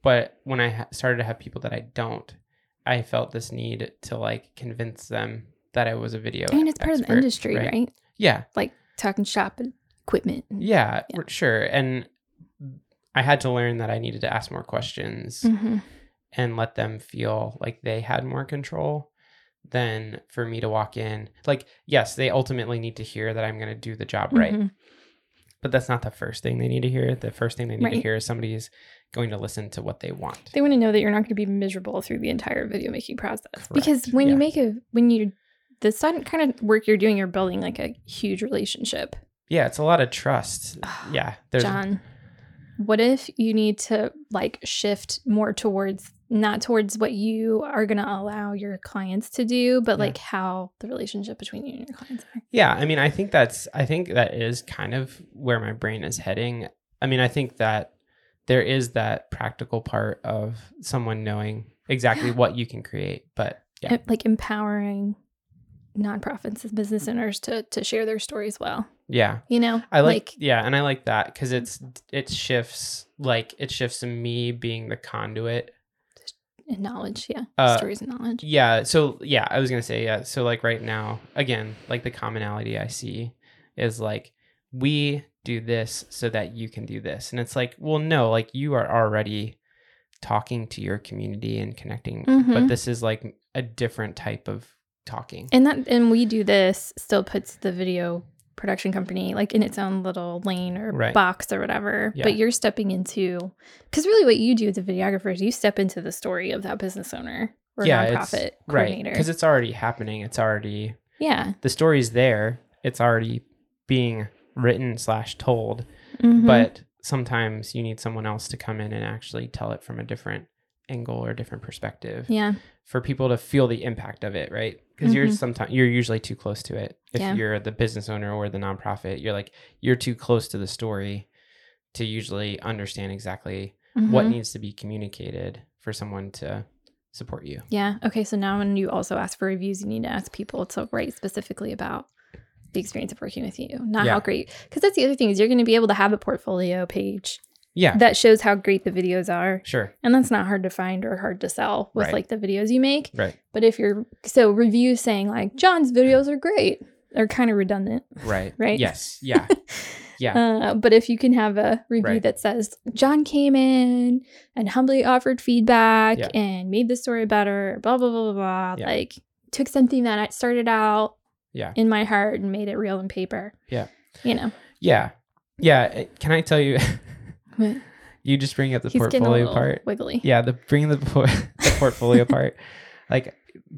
Speaker 1: but when i ha- started to have people that i don't i felt this need to like convince them that i was a video
Speaker 2: I mean it's part of the
Speaker 1: Oh, expert,
Speaker 2: industry, right?
Speaker 1: yeah
Speaker 2: Talking shop and equipment. and-
Speaker 1: yeah,
Speaker 2: Yeah.
Speaker 1: r- sure and i had to learn that i needed to ask more questions
Speaker 2: Mhm.
Speaker 1: and let them feel like they had more control than for me to walk in. Like, yes, they ultimately need to hear that I'm going to do the job right,
Speaker 2: Mhm.
Speaker 1: but that's not the first thing they need to hear. The first thing they need to
Speaker 2: Right.
Speaker 1: hear is somebody is going to listen to what they want.
Speaker 2: They want to know that you're not going to be miserable through the entire video making process. Because
Speaker 1: Correct,
Speaker 2: when
Speaker 1: yeah.
Speaker 2: you make a when you the sudden kind of work you're doing, you're building like a huge relationship.
Speaker 1: yeah, it's a lot of trust.
Speaker 2: Ugh,
Speaker 1: Yeah, there's
Speaker 2: John, what if you need to like shift more towards not towards what you are going to allow your clients to do, but
Speaker 1: Yeah.
Speaker 2: like how the relationship between you and your clients are?
Speaker 1: Yeah, I mean, I think that's I think that is kind of where my brain is heading. I mean, I think that there is that practical part of someone knowing exactly what you can create, but yeah.
Speaker 2: Uh, Like empowering nonprofits and business owners to to share their stories well.
Speaker 1: Yeah.
Speaker 2: You know,
Speaker 1: Mm-hmm. I like, yeah, and I like that because it's it shifts like it shifts me being the conduit
Speaker 2: and knowledge. Yeah.
Speaker 1: Uh,
Speaker 2: Stories and knowledge.
Speaker 1: Yeah. So yeah, I was gonna say yeah. So like right now, again, like the commonality I see is like we do this so that you can do this, and it's like, well, no, like you are already talking to your community and connecting,
Speaker 2: Mhm.
Speaker 1: but this is like a different type of talking.
Speaker 2: And that and we do this still puts the video production company like in its own little lane or
Speaker 1: Right.
Speaker 2: box or whatever.
Speaker 1: Yeah.
Speaker 2: But you're stepping into because really what you do as a videographer is you step into the story of that business owner or
Speaker 1: it's,
Speaker 2: nonprofit
Speaker 1: right
Speaker 2: coordinator.
Speaker 1: because it's already happening. It's already
Speaker 2: yeah.
Speaker 1: the story's there. It's already being written slash told.
Speaker 2: Mhm.
Speaker 1: but sometimes you need someone else to come in and actually tell it from a different angle or different perspective
Speaker 2: yeah.
Speaker 1: for people to feel the impact of it right because you're
Speaker 2: Mhm.
Speaker 1: sometimes you're usually too close to it if
Speaker 2: Yeah.
Speaker 1: you're the business owner or the nonprofit you're like you're too close to the story to usually understand exactly what
Speaker 2: Mhm.
Speaker 1: needs to be communicated for someone to support you
Speaker 2: Yeah. Okay. So now when you also ask for reviews, you need to ask people to write specifically about the experience of working with you, not how
Speaker 1: Yeah.
Speaker 2: great. Because that's the other thing is you're going to be able to have a portfolio page
Speaker 1: yeah
Speaker 2: that shows how great the videos are,
Speaker 1: sure
Speaker 2: and that's not hard to find or hard to sell with
Speaker 1: Right.
Speaker 2: like the videos you make.
Speaker 1: right
Speaker 2: But if you're so reviews saying like John's videos are great, they're kind of redundant.
Speaker 1: right
Speaker 2: Right.
Speaker 1: yes yeah yeah
Speaker 2: Uh, but if you can have a review
Speaker 1: Right.
Speaker 2: that says John came in and humbly offered feedback
Speaker 1: Yeah.
Speaker 2: and made the story better, blah blah blah blah blah,
Speaker 1: Yeah.
Speaker 2: like took something that I started out
Speaker 1: Yeah.
Speaker 2: in my heart and made it real in paper.
Speaker 1: Yeah.
Speaker 2: you know,
Speaker 1: yeah yeah eh, can i tell you
Speaker 2: What?
Speaker 1: you just bring up the
Speaker 2: he's getting a
Speaker 1: portfolio
Speaker 2: little
Speaker 1: part
Speaker 2: wiggly.
Speaker 1: yeah the bring the, por- the portfolio part like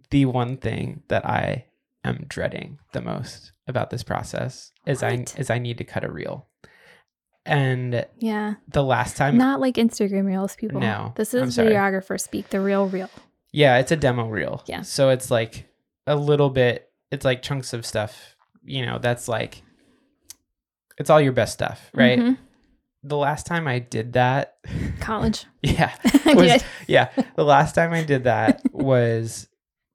Speaker 1: the one thing that i am dreading the most about this process is
Speaker 2: What?
Speaker 1: i is i need to cut a reel and
Speaker 2: yeah,
Speaker 1: the last time
Speaker 2: not like Instagram reels, people.
Speaker 1: No,
Speaker 2: this
Speaker 1: I'm
Speaker 2: is
Speaker 1: sorry.
Speaker 2: videographer speak, the real real.
Speaker 1: yeah it's a demo reel
Speaker 2: Yeah.
Speaker 1: so it's like a little bit it's like chunks of stuff you know that's like it's all your best stuff right
Speaker 2: Mhm.
Speaker 1: the last time i did that
Speaker 2: College.
Speaker 1: yeah Was-
Speaker 2: Yeah.
Speaker 1: yeah the last time i did that was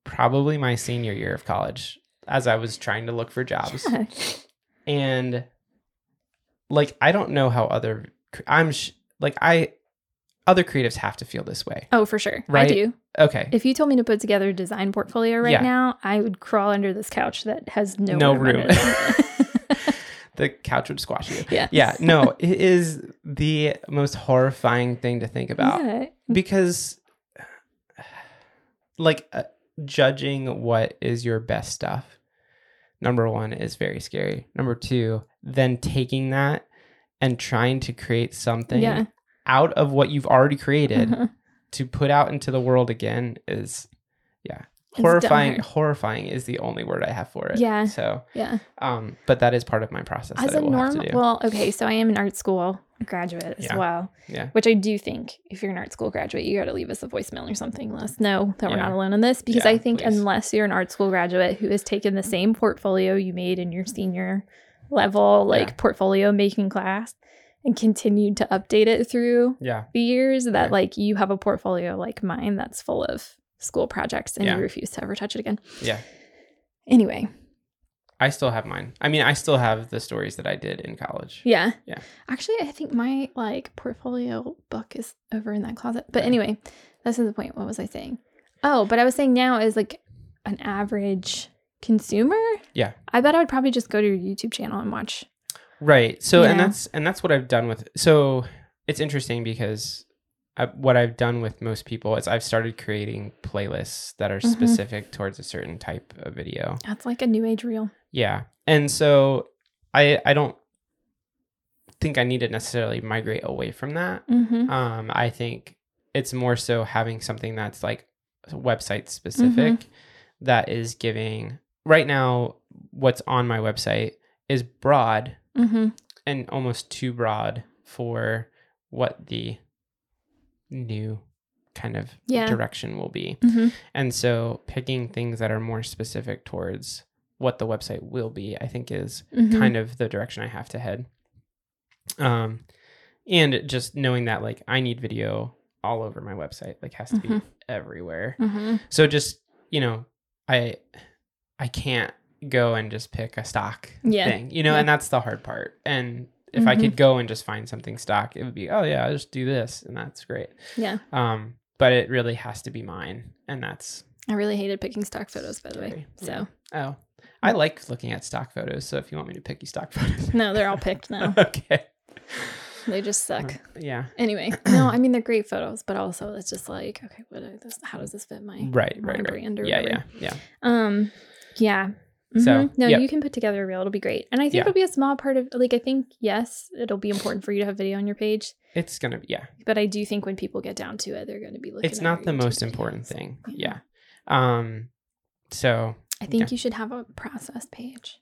Speaker 1: probably my senior year of college as i was trying to look for jobs
Speaker 2: Yeah.
Speaker 1: and like i don't know how other i'm sh- like i other creatives have to feel this way
Speaker 2: Oh, for sure. I
Speaker 1: Right?
Speaker 2: do.
Speaker 1: okay
Speaker 2: If you told me to put together a design portfolio right
Speaker 1: Yeah.
Speaker 2: now, I would crawl under this couch that has no,
Speaker 1: No
Speaker 2: room.
Speaker 1: room. the couch would squash you
Speaker 2: yeah.
Speaker 1: yeah no it is the most horrifying thing to think about
Speaker 2: Yeah.
Speaker 1: because like uh, judging what is your best stuff number one is very scary number two then taking that and trying to create something
Speaker 2: Yeah.
Speaker 1: out of what you've already created
Speaker 2: Uh-huh.
Speaker 1: to put out into the world again is yeah
Speaker 2: It's
Speaker 1: horrifying
Speaker 2: dumber.
Speaker 1: horrifying is the only word i have for it
Speaker 2: Yeah.
Speaker 1: so
Speaker 2: Yeah.
Speaker 1: um but that is part of my process
Speaker 2: As
Speaker 1: that
Speaker 2: a
Speaker 1: I will have
Speaker 2: normal,
Speaker 1: to do.
Speaker 2: well, okay, so I am an art school graduate as
Speaker 1: Yeah.
Speaker 2: well,
Speaker 1: yeah
Speaker 2: which I do think if you're an art school graduate, you got to leave us a voicemail or something. Let us know that we're
Speaker 1: Yeah.
Speaker 2: not alone in this because
Speaker 1: Yeah,
Speaker 2: I think
Speaker 1: please.
Speaker 2: unless you're an art school graduate who has taken the same portfolio you made in your senior level, like
Speaker 1: Yeah.
Speaker 2: portfolio making class, and continued to update it through
Speaker 1: yeah
Speaker 2: the years that
Speaker 1: Right.
Speaker 2: like you have a portfolio like mine that's full of school projects and
Speaker 1: Yeah.
Speaker 2: you refuse to ever touch it again.
Speaker 1: yeah
Speaker 2: Anyway,
Speaker 1: i still have mine i mean i still have the stories that i did in college
Speaker 2: yeah.
Speaker 1: Yeah.
Speaker 2: Actually, I think my like portfolio book is over in that closet. But
Speaker 1: Okay.
Speaker 2: anyway, that's not the point. What was I saying? Oh, but I was saying now is like an average consumer.
Speaker 1: Yeah.
Speaker 2: I bet I would probably just go to your YouTube channel and watch.
Speaker 1: right so and
Speaker 2: Yeah.
Speaker 1: that's and that's what i've done with so it's interesting because I, what i've done with most people is i've started creating playlists that are
Speaker 2: Mhm.
Speaker 1: specific towards a certain type of video
Speaker 2: That's like a new age reel.
Speaker 1: yeah and so i i don't think i need to necessarily migrate away from that
Speaker 2: Mm-hmm.
Speaker 1: um i think it's more so having something that's like website specific
Speaker 2: Mm-hmm.
Speaker 1: that is giving right now what's on my website is broad
Speaker 2: Mm-hmm.
Speaker 1: and almost too broad for what the new kind of
Speaker 2: Yeah.
Speaker 1: direction will be.
Speaker 2: Mm-hmm.
Speaker 1: And so picking things that are more specific towards what the website will be, I think is
Speaker 2: Mm-hmm.
Speaker 1: kind of the direction I have to head. Um and just knowing that like I need video all over my website, like has to be
Speaker 2: Mhm.
Speaker 1: everywhere.
Speaker 2: Mm-hmm.
Speaker 1: So just, you know, I I can't go and just pick a stock
Speaker 2: Yeah.
Speaker 1: thing. You know,
Speaker 2: Yeah. Mm-hmm.
Speaker 1: and that's the hard part. And if I could go and just find something stock, it would be, oh yeah, I'll just do this and that's great.
Speaker 2: Yeah.
Speaker 1: Um but it really has to be mine. And that's
Speaker 2: I really hated picking stock photos, by the way.
Speaker 1: Scary.
Speaker 2: So Mm-hmm.
Speaker 1: oh, I like looking at stock photos. So if you want me to pick you stock photos,
Speaker 2: no, they're all picked now.
Speaker 1: okay.
Speaker 2: They just suck.
Speaker 1: Yeah.
Speaker 2: Anyway, no, I mean they're great photos, but also it's just like, okay, what are this? How does this fit my?
Speaker 1: Right.
Speaker 2: my
Speaker 1: Right. Right.
Speaker 2: brand or
Speaker 1: Yeah. Yeah.
Speaker 2: whatever.
Speaker 1: Yeah.
Speaker 2: Um, yeah.
Speaker 1: So,
Speaker 2: Mhm. no,
Speaker 1: yep.
Speaker 2: you can put together a reel. It'll be great, and I think
Speaker 1: Yeah.
Speaker 2: it'll be a small part of. Like, I think yes, it'll be important for you to have video on your page,
Speaker 1: It's gonna be yeah.
Speaker 2: but I do think when people get down to it, they're going to be looking.
Speaker 1: it's
Speaker 2: at
Speaker 1: not
Speaker 2: your Mm-hmm.
Speaker 1: the
Speaker 2: YouTube
Speaker 1: most important
Speaker 2: videos.
Speaker 1: thing. Yeah.
Speaker 2: Yeah.
Speaker 1: Um. So
Speaker 2: I think
Speaker 1: Yeah.
Speaker 2: you should have a process page,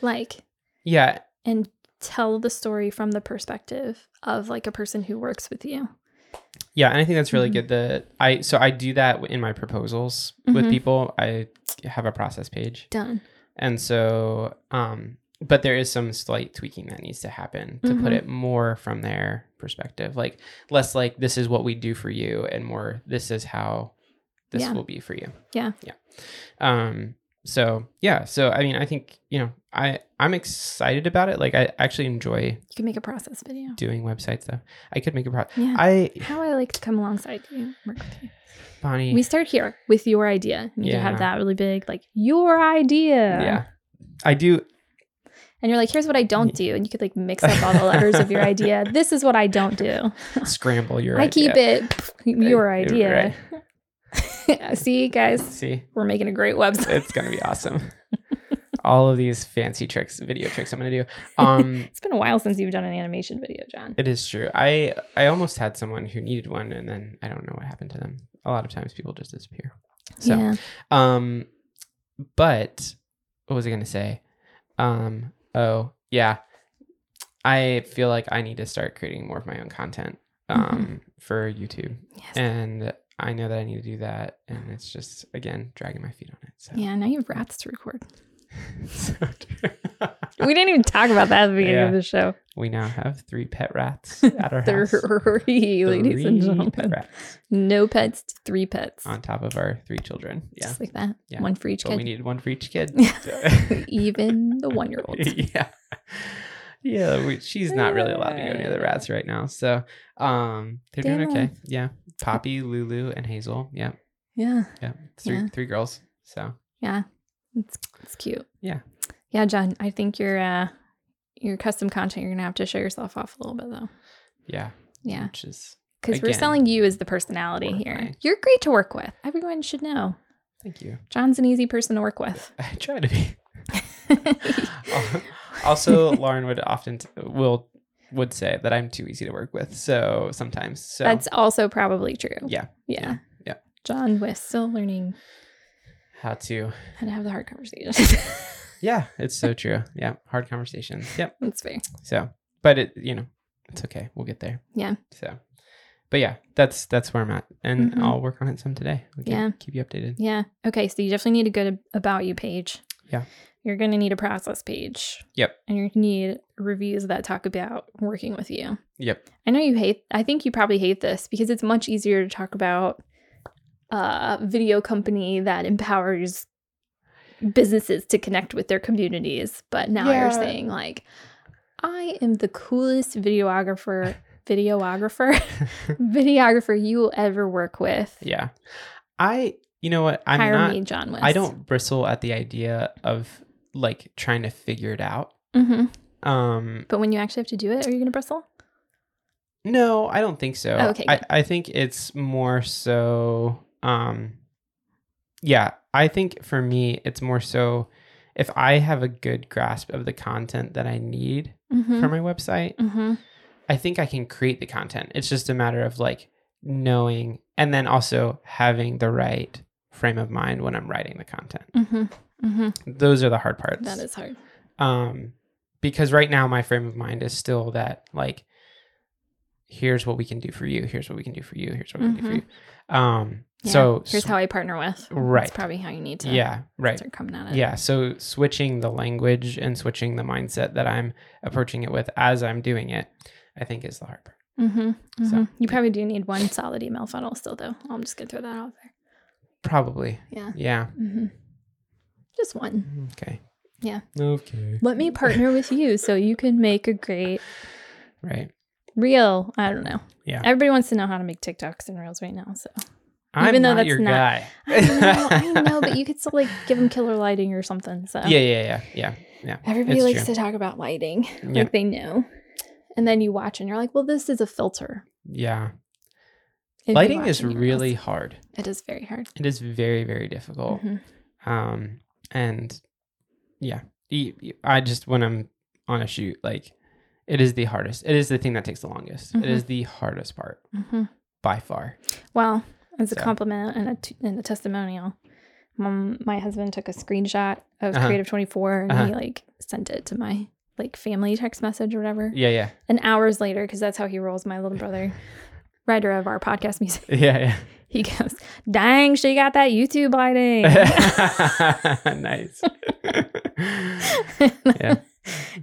Speaker 2: like,
Speaker 1: yeah,
Speaker 2: and tell the story from the perspective of like a person who works with you.
Speaker 1: yeah, and I think that's really
Speaker 2: Mhm.
Speaker 1: good. That I so I do that in my proposals with
Speaker 2: Mhm.
Speaker 1: people. I have a process page,
Speaker 2: Done.
Speaker 1: and so um, but there is some slight tweaking that needs to happen to put
Speaker 2: Mhm.
Speaker 1: it more from their perspective, like less like this is what we do for you, and more this is how this
Speaker 2: Yeah.
Speaker 1: will be for you.
Speaker 2: Yeah.
Speaker 1: yeah. Um. So yeah. So I mean, I think you know, I I'm excited about it. Like I actually enjoy
Speaker 2: You can make a process video.
Speaker 1: doing website stuff. I could make a product.
Speaker 2: Yeah.
Speaker 1: I
Speaker 2: How I like to come alongside you, work with you.
Speaker 1: Bonnie.
Speaker 2: We start here with your idea. And You can
Speaker 1: Yeah.
Speaker 2: have that really big, like your idea.
Speaker 1: yeah. I do.
Speaker 2: And you're like, here's what I don't do. And you could like mix up all the letters of your idea. This is what I don't do.
Speaker 1: Scramble your.
Speaker 2: I keep
Speaker 1: idea.
Speaker 2: it your
Speaker 1: Right,
Speaker 2: idea. See, guys,
Speaker 1: See,
Speaker 2: we're making a great website.
Speaker 1: it's gonna be awesome. All of these fancy tricks, video tricks, I'm gonna do. Um,
Speaker 2: It's been a while since you've done an animation video, John.
Speaker 1: it is true. I I almost had someone who needed one, and then I don't know what happened to them. A lot of times, people just disappear. So,
Speaker 2: yeah.
Speaker 1: um, but what was I gonna say? Um, oh yeah, I feel like I need to start creating more of my own content. Um, for YouTube.
Speaker 2: Mm-hmm. Yes.
Speaker 1: and I know that I need to do that, and it's just again dragging my feet on it. So
Speaker 2: yeah, now you have rats to record.
Speaker 1: So true.
Speaker 2: We didn't even talk about that at the beginning
Speaker 1: Yeah.
Speaker 2: of the show.
Speaker 1: we now have three pet rats at our house.
Speaker 2: Three, ladies
Speaker 1: Three
Speaker 2: and
Speaker 1: pet
Speaker 2: gentlemen.
Speaker 1: rats
Speaker 2: No pets, three pets.
Speaker 1: on top of our three children. Yeah,
Speaker 2: Just like that.
Speaker 1: Yeah.
Speaker 2: One for each
Speaker 1: but we
Speaker 2: kid.
Speaker 1: needed one for each kid.
Speaker 2: Even the one year old.
Speaker 1: yeah, yeah. We, she's not really allowed to go near the rats right now, so um, they're doing
Speaker 2: Damn.
Speaker 1: okay. Yeah, Poppy, Lulu, and Hazel. Yeah,
Speaker 2: Yeah.
Speaker 1: yeah. Three,
Speaker 2: Yeah.
Speaker 1: three girls. So
Speaker 2: Yeah. It's, it's cute.
Speaker 1: Yeah.
Speaker 2: Yeah, John, I think your uh your custom content you're gonna have to show yourself off a little bit though.
Speaker 1: yeah,
Speaker 2: Yeah.
Speaker 1: which is
Speaker 2: Because we're
Speaker 1: Again,
Speaker 2: selling you as the personality here.
Speaker 1: horrifying.
Speaker 2: You're great to work with. Everyone should know.
Speaker 1: thank you.
Speaker 2: John's an easy person to work with.
Speaker 1: I try to be. Al- also, Lauren would often t- will would say that I'm too easy to work with. So sometimes, so
Speaker 2: That's also probably true.
Speaker 1: yeah,
Speaker 2: Yeah.
Speaker 1: yeah, yeah.
Speaker 2: John was still learning
Speaker 1: how to
Speaker 2: how to have the hard conversations.
Speaker 1: yeah, it's so true. Yeah, hard conversations. Yep.
Speaker 2: That's fair.
Speaker 1: So, but it you know it's okay. We'll get there.
Speaker 2: Yeah.
Speaker 1: So, but yeah, that's that's where I'm at, and
Speaker 2: Mhm.
Speaker 1: I'll work on it some today. We can
Speaker 2: Yeah.
Speaker 1: keep you updated.
Speaker 2: Yeah. Okay. So you definitely need a good ab- about you page.
Speaker 1: Yeah.
Speaker 2: You're going to need a process page.
Speaker 1: Yep.
Speaker 2: And you're going to need reviews that talk about working with you.
Speaker 1: Yep.
Speaker 2: I know you hate, I think you probably hate this because it's much easier to talk about a video company that empowers businesses to connect with their communities. But now
Speaker 1: Yeah.
Speaker 2: you're saying, like, I am the coolest videographer, videographer, videographer you will ever work with.
Speaker 1: Yeah. I you know what I'm
Speaker 2: Hire
Speaker 1: not.
Speaker 2: me, John West.
Speaker 1: I don't bristle at the idea of like trying to figure it out.
Speaker 2: hmm
Speaker 1: Um,
Speaker 2: But when you actually have to do it, are you going to bristle?
Speaker 1: No, I don't think so.
Speaker 2: Oh, okay,
Speaker 1: I,
Speaker 2: good.
Speaker 1: I think it's more so um yeah, I think for me it's more so if I have a good grasp of the content that I need
Speaker 2: Mm-hmm.
Speaker 1: for my website,
Speaker 2: Mm-hmm.
Speaker 1: I think I can create the content. It's just a matter of like knowing and then also having the right frame of mind when I'm writing the content.
Speaker 2: Mm-hmm. Mm-hmm.
Speaker 1: Those are the hard parts
Speaker 2: That is hard.
Speaker 1: um because right now my frame of mind is still that like here's what we can do for you here's what we can do for you here's what we can do for you um
Speaker 2: Mm-hmm. Yeah.
Speaker 1: so
Speaker 2: here's how I partner with.
Speaker 1: Right.
Speaker 2: That's probably how you need to.
Speaker 1: yeah right
Speaker 2: Start coming at it.
Speaker 1: yeah so switching the language and switching the mindset that i'm approaching it with as i'm doing it i think is the hard part
Speaker 2: Mm-hmm.
Speaker 1: So-
Speaker 2: You probably do need one solid email funnel still, though. I'm just gonna throw that out there.
Speaker 1: probably
Speaker 2: Yeah.
Speaker 1: yeah
Speaker 2: Mm-hmm. Just one.
Speaker 1: okay
Speaker 2: Yeah.
Speaker 1: okay
Speaker 2: Let me partner with you so you can make a great
Speaker 1: right
Speaker 2: reel. I don't know.
Speaker 1: Yeah.
Speaker 2: Everybody wants to know how to make TikToks and reels right now, so
Speaker 1: I'm
Speaker 2: Even though
Speaker 1: not
Speaker 2: that's
Speaker 1: your
Speaker 2: not-
Speaker 1: guy.
Speaker 2: I know, I know, but you could still like give them killer lighting or something. So
Speaker 1: yeah, yeah, yeah, yeah.
Speaker 2: everybody
Speaker 1: it's
Speaker 2: likes
Speaker 1: true.
Speaker 2: to talk about lighting,
Speaker 1: Yeah.
Speaker 2: like they know. And then you watch and you're like, well, this is a filter.
Speaker 1: Yeah.
Speaker 2: And you
Speaker 1: Lighting
Speaker 2: watch
Speaker 1: is
Speaker 2: and you
Speaker 1: really
Speaker 2: realize
Speaker 1: hard.
Speaker 2: it is very hard.
Speaker 1: It is very, very difficult.
Speaker 2: Mhm.
Speaker 1: Um, and yeah, Y- y- I just when I'm on a shoot, like it is the hardest. It is the thing that takes the longest. It
Speaker 2: Mhm.
Speaker 1: is the hardest part
Speaker 2: Mhm.
Speaker 1: by far.
Speaker 2: Well, as a
Speaker 1: So.
Speaker 2: compliment and a, t- and a testimonial, mom, my husband took a screenshot of
Speaker 1: Uh-huh.
Speaker 2: Creative 24 and
Speaker 1: Uh-huh.
Speaker 2: he like sent it to my like family text message or whatever.
Speaker 1: Yeah, yeah,
Speaker 2: And hours later, because that's how he rolls, my little brother, writer of our podcast music,
Speaker 1: yeah,
Speaker 2: he goes, "Dang, she got that YouTube lighting."
Speaker 1: yeah. nice. Yeah.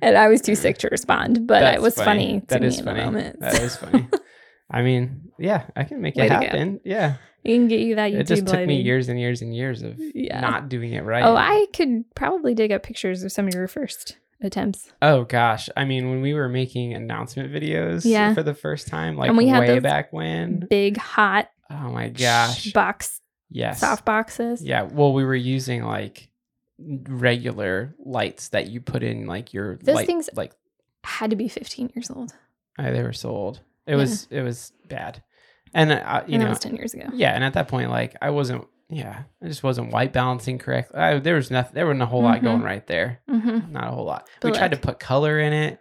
Speaker 2: And I was too sick to respond, but
Speaker 1: That's
Speaker 2: it was funny,
Speaker 1: That
Speaker 2: to
Speaker 1: is
Speaker 2: me
Speaker 1: funny.
Speaker 2: in the moment.
Speaker 1: That is funny. I mean, yeah, I can make
Speaker 2: Way
Speaker 1: it
Speaker 2: to go.
Speaker 1: happen. Yeah,
Speaker 2: we can get you that YouTube
Speaker 1: it just took
Speaker 2: lighting.
Speaker 1: me years and years and years of
Speaker 2: Yeah.
Speaker 1: not doing it right.
Speaker 2: Oh, I could probably dig up pictures of some of your first attempts.
Speaker 1: Oh gosh, I mean, when we were making announcement videos
Speaker 2: Yeah.
Speaker 1: for the first time, like
Speaker 2: And we had
Speaker 1: way
Speaker 2: those
Speaker 1: back when.
Speaker 2: Big hot
Speaker 1: Oh my Mm. gosh!
Speaker 2: box
Speaker 1: yes.
Speaker 2: soft boxes.
Speaker 1: Yeah. Well, we were using like regular lights that you put in like your
Speaker 2: Those
Speaker 1: light-
Speaker 2: things-
Speaker 1: Like
Speaker 2: Had to be 15 years old.
Speaker 1: uh, they were sold. It
Speaker 2: Yeah.
Speaker 1: was it was bad, and uh, you
Speaker 2: and that
Speaker 1: know,
Speaker 2: was 10 years ago.
Speaker 1: yeah. And at that point, like I wasn't. Yeah, I just wasn't white balancing correctly. I, there was nothing. There wasn't a whole
Speaker 2: Mhm.
Speaker 1: lot going right there.
Speaker 2: hmm
Speaker 1: Not a whole lot.
Speaker 2: But
Speaker 1: we tried to
Speaker 2: look.
Speaker 1: put color in it.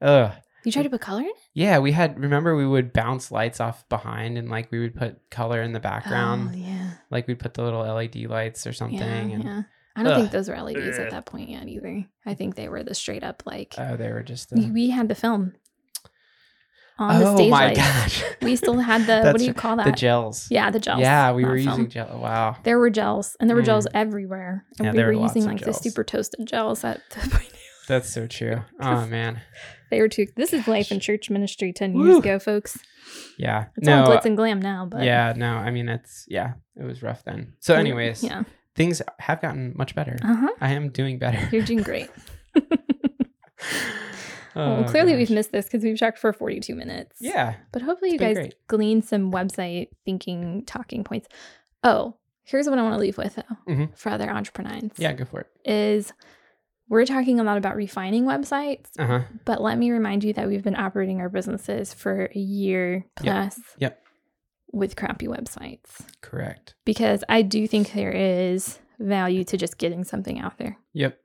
Speaker 1: Ugh.
Speaker 2: You tried to put color in it?
Speaker 1: Yeah, we had remember we would bounce lights off behind and like we would put color in the background.
Speaker 2: Oh, yeah.
Speaker 1: Like we'd put the little LED lights or something.
Speaker 2: Yeah,
Speaker 1: and
Speaker 2: yeah. I don't think
Speaker 1: Ugh.
Speaker 2: those were LEDs at
Speaker 1: Ugh.
Speaker 2: that point yet either. I think they were the straight up like
Speaker 1: oh, they were just
Speaker 2: we,
Speaker 1: the,
Speaker 2: we had the film on the
Speaker 1: Oh
Speaker 2: stage
Speaker 1: my
Speaker 2: lights.
Speaker 1: gosh.
Speaker 2: We still had the what
Speaker 1: That's
Speaker 2: do you call that?
Speaker 1: the gels.
Speaker 2: Yeah, the gels.
Speaker 1: Yeah, we
Speaker 2: not
Speaker 1: were
Speaker 2: film.
Speaker 1: using gel. Wow.
Speaker 2: There were gels, and there were
Speaker 1: Mm.
Speaker 2: gels everywhere. And
Speaker 1: Yeah,
Speaker 2: we
Speaker 1: there
Speaker 2: were
Speaker 1: were lots
Speaker 2: using
Speaker 1: of
Speaker 2: like the
Speaker 1: gels.
Speaker 2: super toasted gels at the point.
Speaker 1: That's so true. Oh man.
Speaker 2: They were too. This is life in church ministry ten years
Speaker 1: Woo.
Speaker 2: ago, folks.
Speaker 1: Yeah.
Speaker 2: It's
Speaker 1: no.
Speaker 2: all
Speaker 1: uh,
Speaker 2: glitz and glam now, but
Speaker 1: Yeah, no. I mean it's yeah, it was rough then. So
Speaker 2: Yeah,
Speaker 1: anyways,
Speaker 2: yeah,
Speaker 1: things have gotten much better.
Speaker 2: uh huh.
Speaker 1: I am doing better.
Speaker 2: You're doing great.
Speaker 1: Oh,
Speaker 2: well, clearly we've
Speaker 1: gosh.
Speaker 2: missed this because we've talked for 42 minutes.
Speaker 1: Yeah.
Speaker 2: But hopefully you
Speaker 1: It's been
Speaker 2: guys
Speaker 1: great.
Speaker 2: gleaned some website thinking talking points. Oh, here's what I want to leave with though
Speaker 1: Mhm.
Speaker 2: for other entrepreneurs.
Speaker 1: Yeah, go for it.
Speaker 2: Is we're talking a lot about refining websites,
Speaker 1: Uh-huh.
Speaker 2: but let me remind you that we've been operating our businesses for a year plus
Speaker 1: Yep.
Speaker 2: with crappy websites.
Speaker 1: Correct.
Speaker 2: Because I do think there is value to just getting something out there.
Speaker 1: Yep.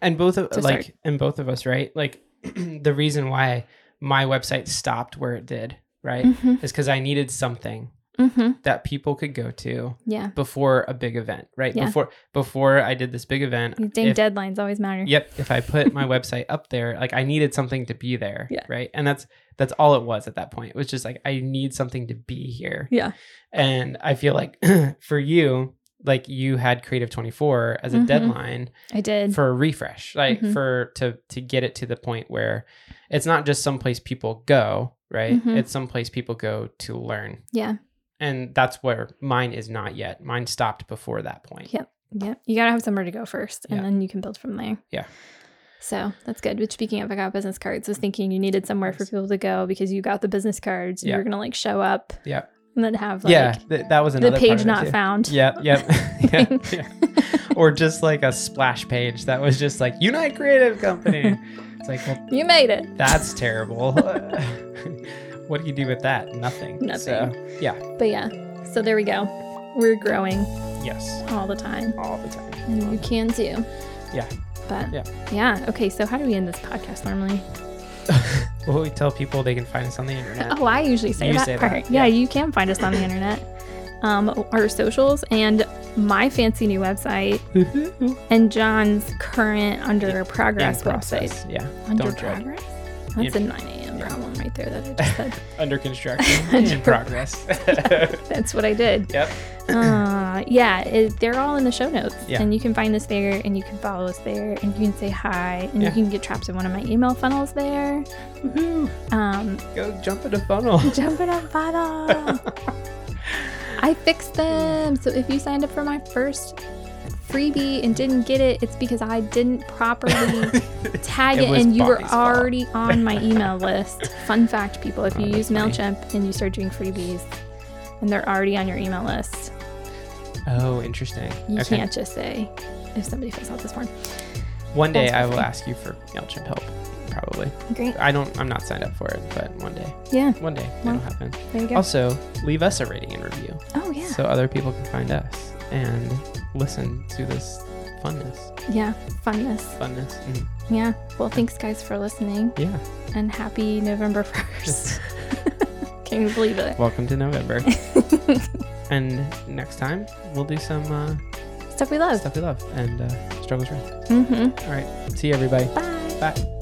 Speaker 1: And both of
Speaker 2: So sorry.
Speaker 1: like and both of us, right? Like the reason why my website stopped where it did, right?
Speaker 2: Mm-hmm.
Speaker 1: Is because I needed something
Speaker 2: Mm-hmm.
Speaker 1: that people could go to
Speaker 2: Yeah.
Speaker 1: before a big event, right?
Speaker 2: Yeah.
Speaker 1: Before before I did this big event.
Speaker 2: You think
Speaker 1: if-
Speaker 2: deadlines always matter.
Speaker 1: Yep. If I put my website up there, like I needed something to be there.
Speaker 2: Yeah.
Speaker 1: Right. And that's that's all it was at that point. It was just like I need something to be here.
Speaker 2: Yeah.
Speaker 1: And I feel like for you, like you had Creative 24 as a
Speaker 2: Mhm.
Speaker 1: deadline
Speaker 2: I did.
Speaker 1: for a refresh like
Speaker 2: Mhm.
Speaker 1: for to to get it to the point where it's not just someplace people go right
Speaker 2: Mhm.
Speaker 1: it's someplace people go to learn
Speaker 2: yeah.
Speaker 1: and that's where mine is not yet mine stopped before that point
Speaker 2: Yeah. Yeah. You got to have somewhere to go first and
Speaker 1: Yeah.
Speaker 2: then you can build from there.
Speaker 1: Yeah.
Speaker 2: So that's good. But speaking of, I got business cards. was thinking you needed somewhere for people to go because you got the business cards.
Speaker 1: Yeah.
Speaker 2: You're going to like show up
Speaker 1: Yeah.
Speaker 2: and then have like
Speaker 1: yeah th- that was
Speaker 2: the
Speaker 1: another part
Speaker 2: page
Speaker 1: of
Speaker 2: not
Speaker 1: it too.
Speaker 2: found.
Speaker 1: yeah yep yeah, yeah. or just like a splash page that was just like unite creative company it's like well
Speaker 2: You made it.
Speaker 1: that's terrible what do you do with that nothing
Speaker 2: Nothing.
Speaker 1: so, yeah
Speaker 2: But yeah. So there we go. We're growing
Speaker 1: yes
Speaker 2: all the time.
Speaker 1: all the time
Speaker 2: And you can too.
Speaker 1: yeah
Speaker 2: But
Speaker 1: Yeah.
Speaker 2: yeah. Okay. So how do we end this podcast normally?
Speaker 1: well we tell people they can find us on the internet
Speaker 2: Oh, I usually say
Speaker 1: You
Speaker 2: that
Speaker 1: say that,
Speaker 2: part. Yeah.
Speaker 1: yeah.
Speaker 2: you can find us on the internet, um, our socials, and my fancy new website, and John's current under progress
Speaker 1: Mm-hmm. In process,
Speaker 2: website.
Speaker 1: Yeah.
Speaker 2: Under
Speaker 1: Don't dread.
Speaker 2: progress? That's a 9 a.m. problem right there that I just said.
Speaker 1: Under construction.
Speaker 2: Under
Speaker 1: in progress.
Speaker 2: That's what I did.
Speaker 1: yep.
Speaker 2: Uh, yeah, it, they're all in the show notes.
Speaker 1: Yeah.
Speaker 2: And you can find us there, and you can follow us there, and you can say hi, and
Speaker 1: Yeah.
Speaker 2: you can get trapped in one of my email funnels there.
Speaker 1: Woohoo.
Speaker 2: Um,
Speaker 1: Go jump in a funnel.
Speaker 2: Jumping on bottle. I fixed them. So if you signed up for my first freebie and didn't get it, it's because I didn't properly tag
Speaker 1: It
Speaker 2: it,
Speaker 1: was
Speaker 2: and you were
Speaker 1: Bonnie's fault.
Speaker 2: already on my email list. Fun fact, people, if you
Speaker 1: Oh, that's
Speaker 2: use
Speaker 1: funny.
Speaker 2: MailChimp and you start doing freebies, and they're already on your email list.
Speaker 1: Oh, interesting.
Speaker 2: You can't just say if somebody fills out this form.
Speaker 1: One day
Speaker 2: That's
Speaker 1: I will
Speaker 2: okay.
Speaker 1: ask you for Mailchimp help. Probably.
Speaker 2: Great.
Speaker 1: I don't. I'm not signed up for it, but one day.
Speaker 2: Yeah.
Speaker 1: One day
Speaker 2: Well,
Speaker 1: it'll happen.
Speaker 2: There you go.
Speaker 1: Also, leave us a rating and review
Speaker 2: oh yeah.
Speaker 1: so other people can find us and listen to this funness.
Speaker 2: yeah. Funness.
Speaker 1: Funness. Mm.
Speaker 2: Yeah. Well, thanks guys for listening
Speaker 1: Yeah.
Speaker 2: and happy November 1st. Can you believe it?
Speaker 1: Welcome to November. and next time we'll do some uh,
Speaker 2: Stuff we love.
Speaker 1: stuff we love and uh, struggles with.
Speaker 2: Mm-hmm.
Speaker 1: All right. See you, everybody.
Speaker 2: Bye.
Speaker 1: Bye.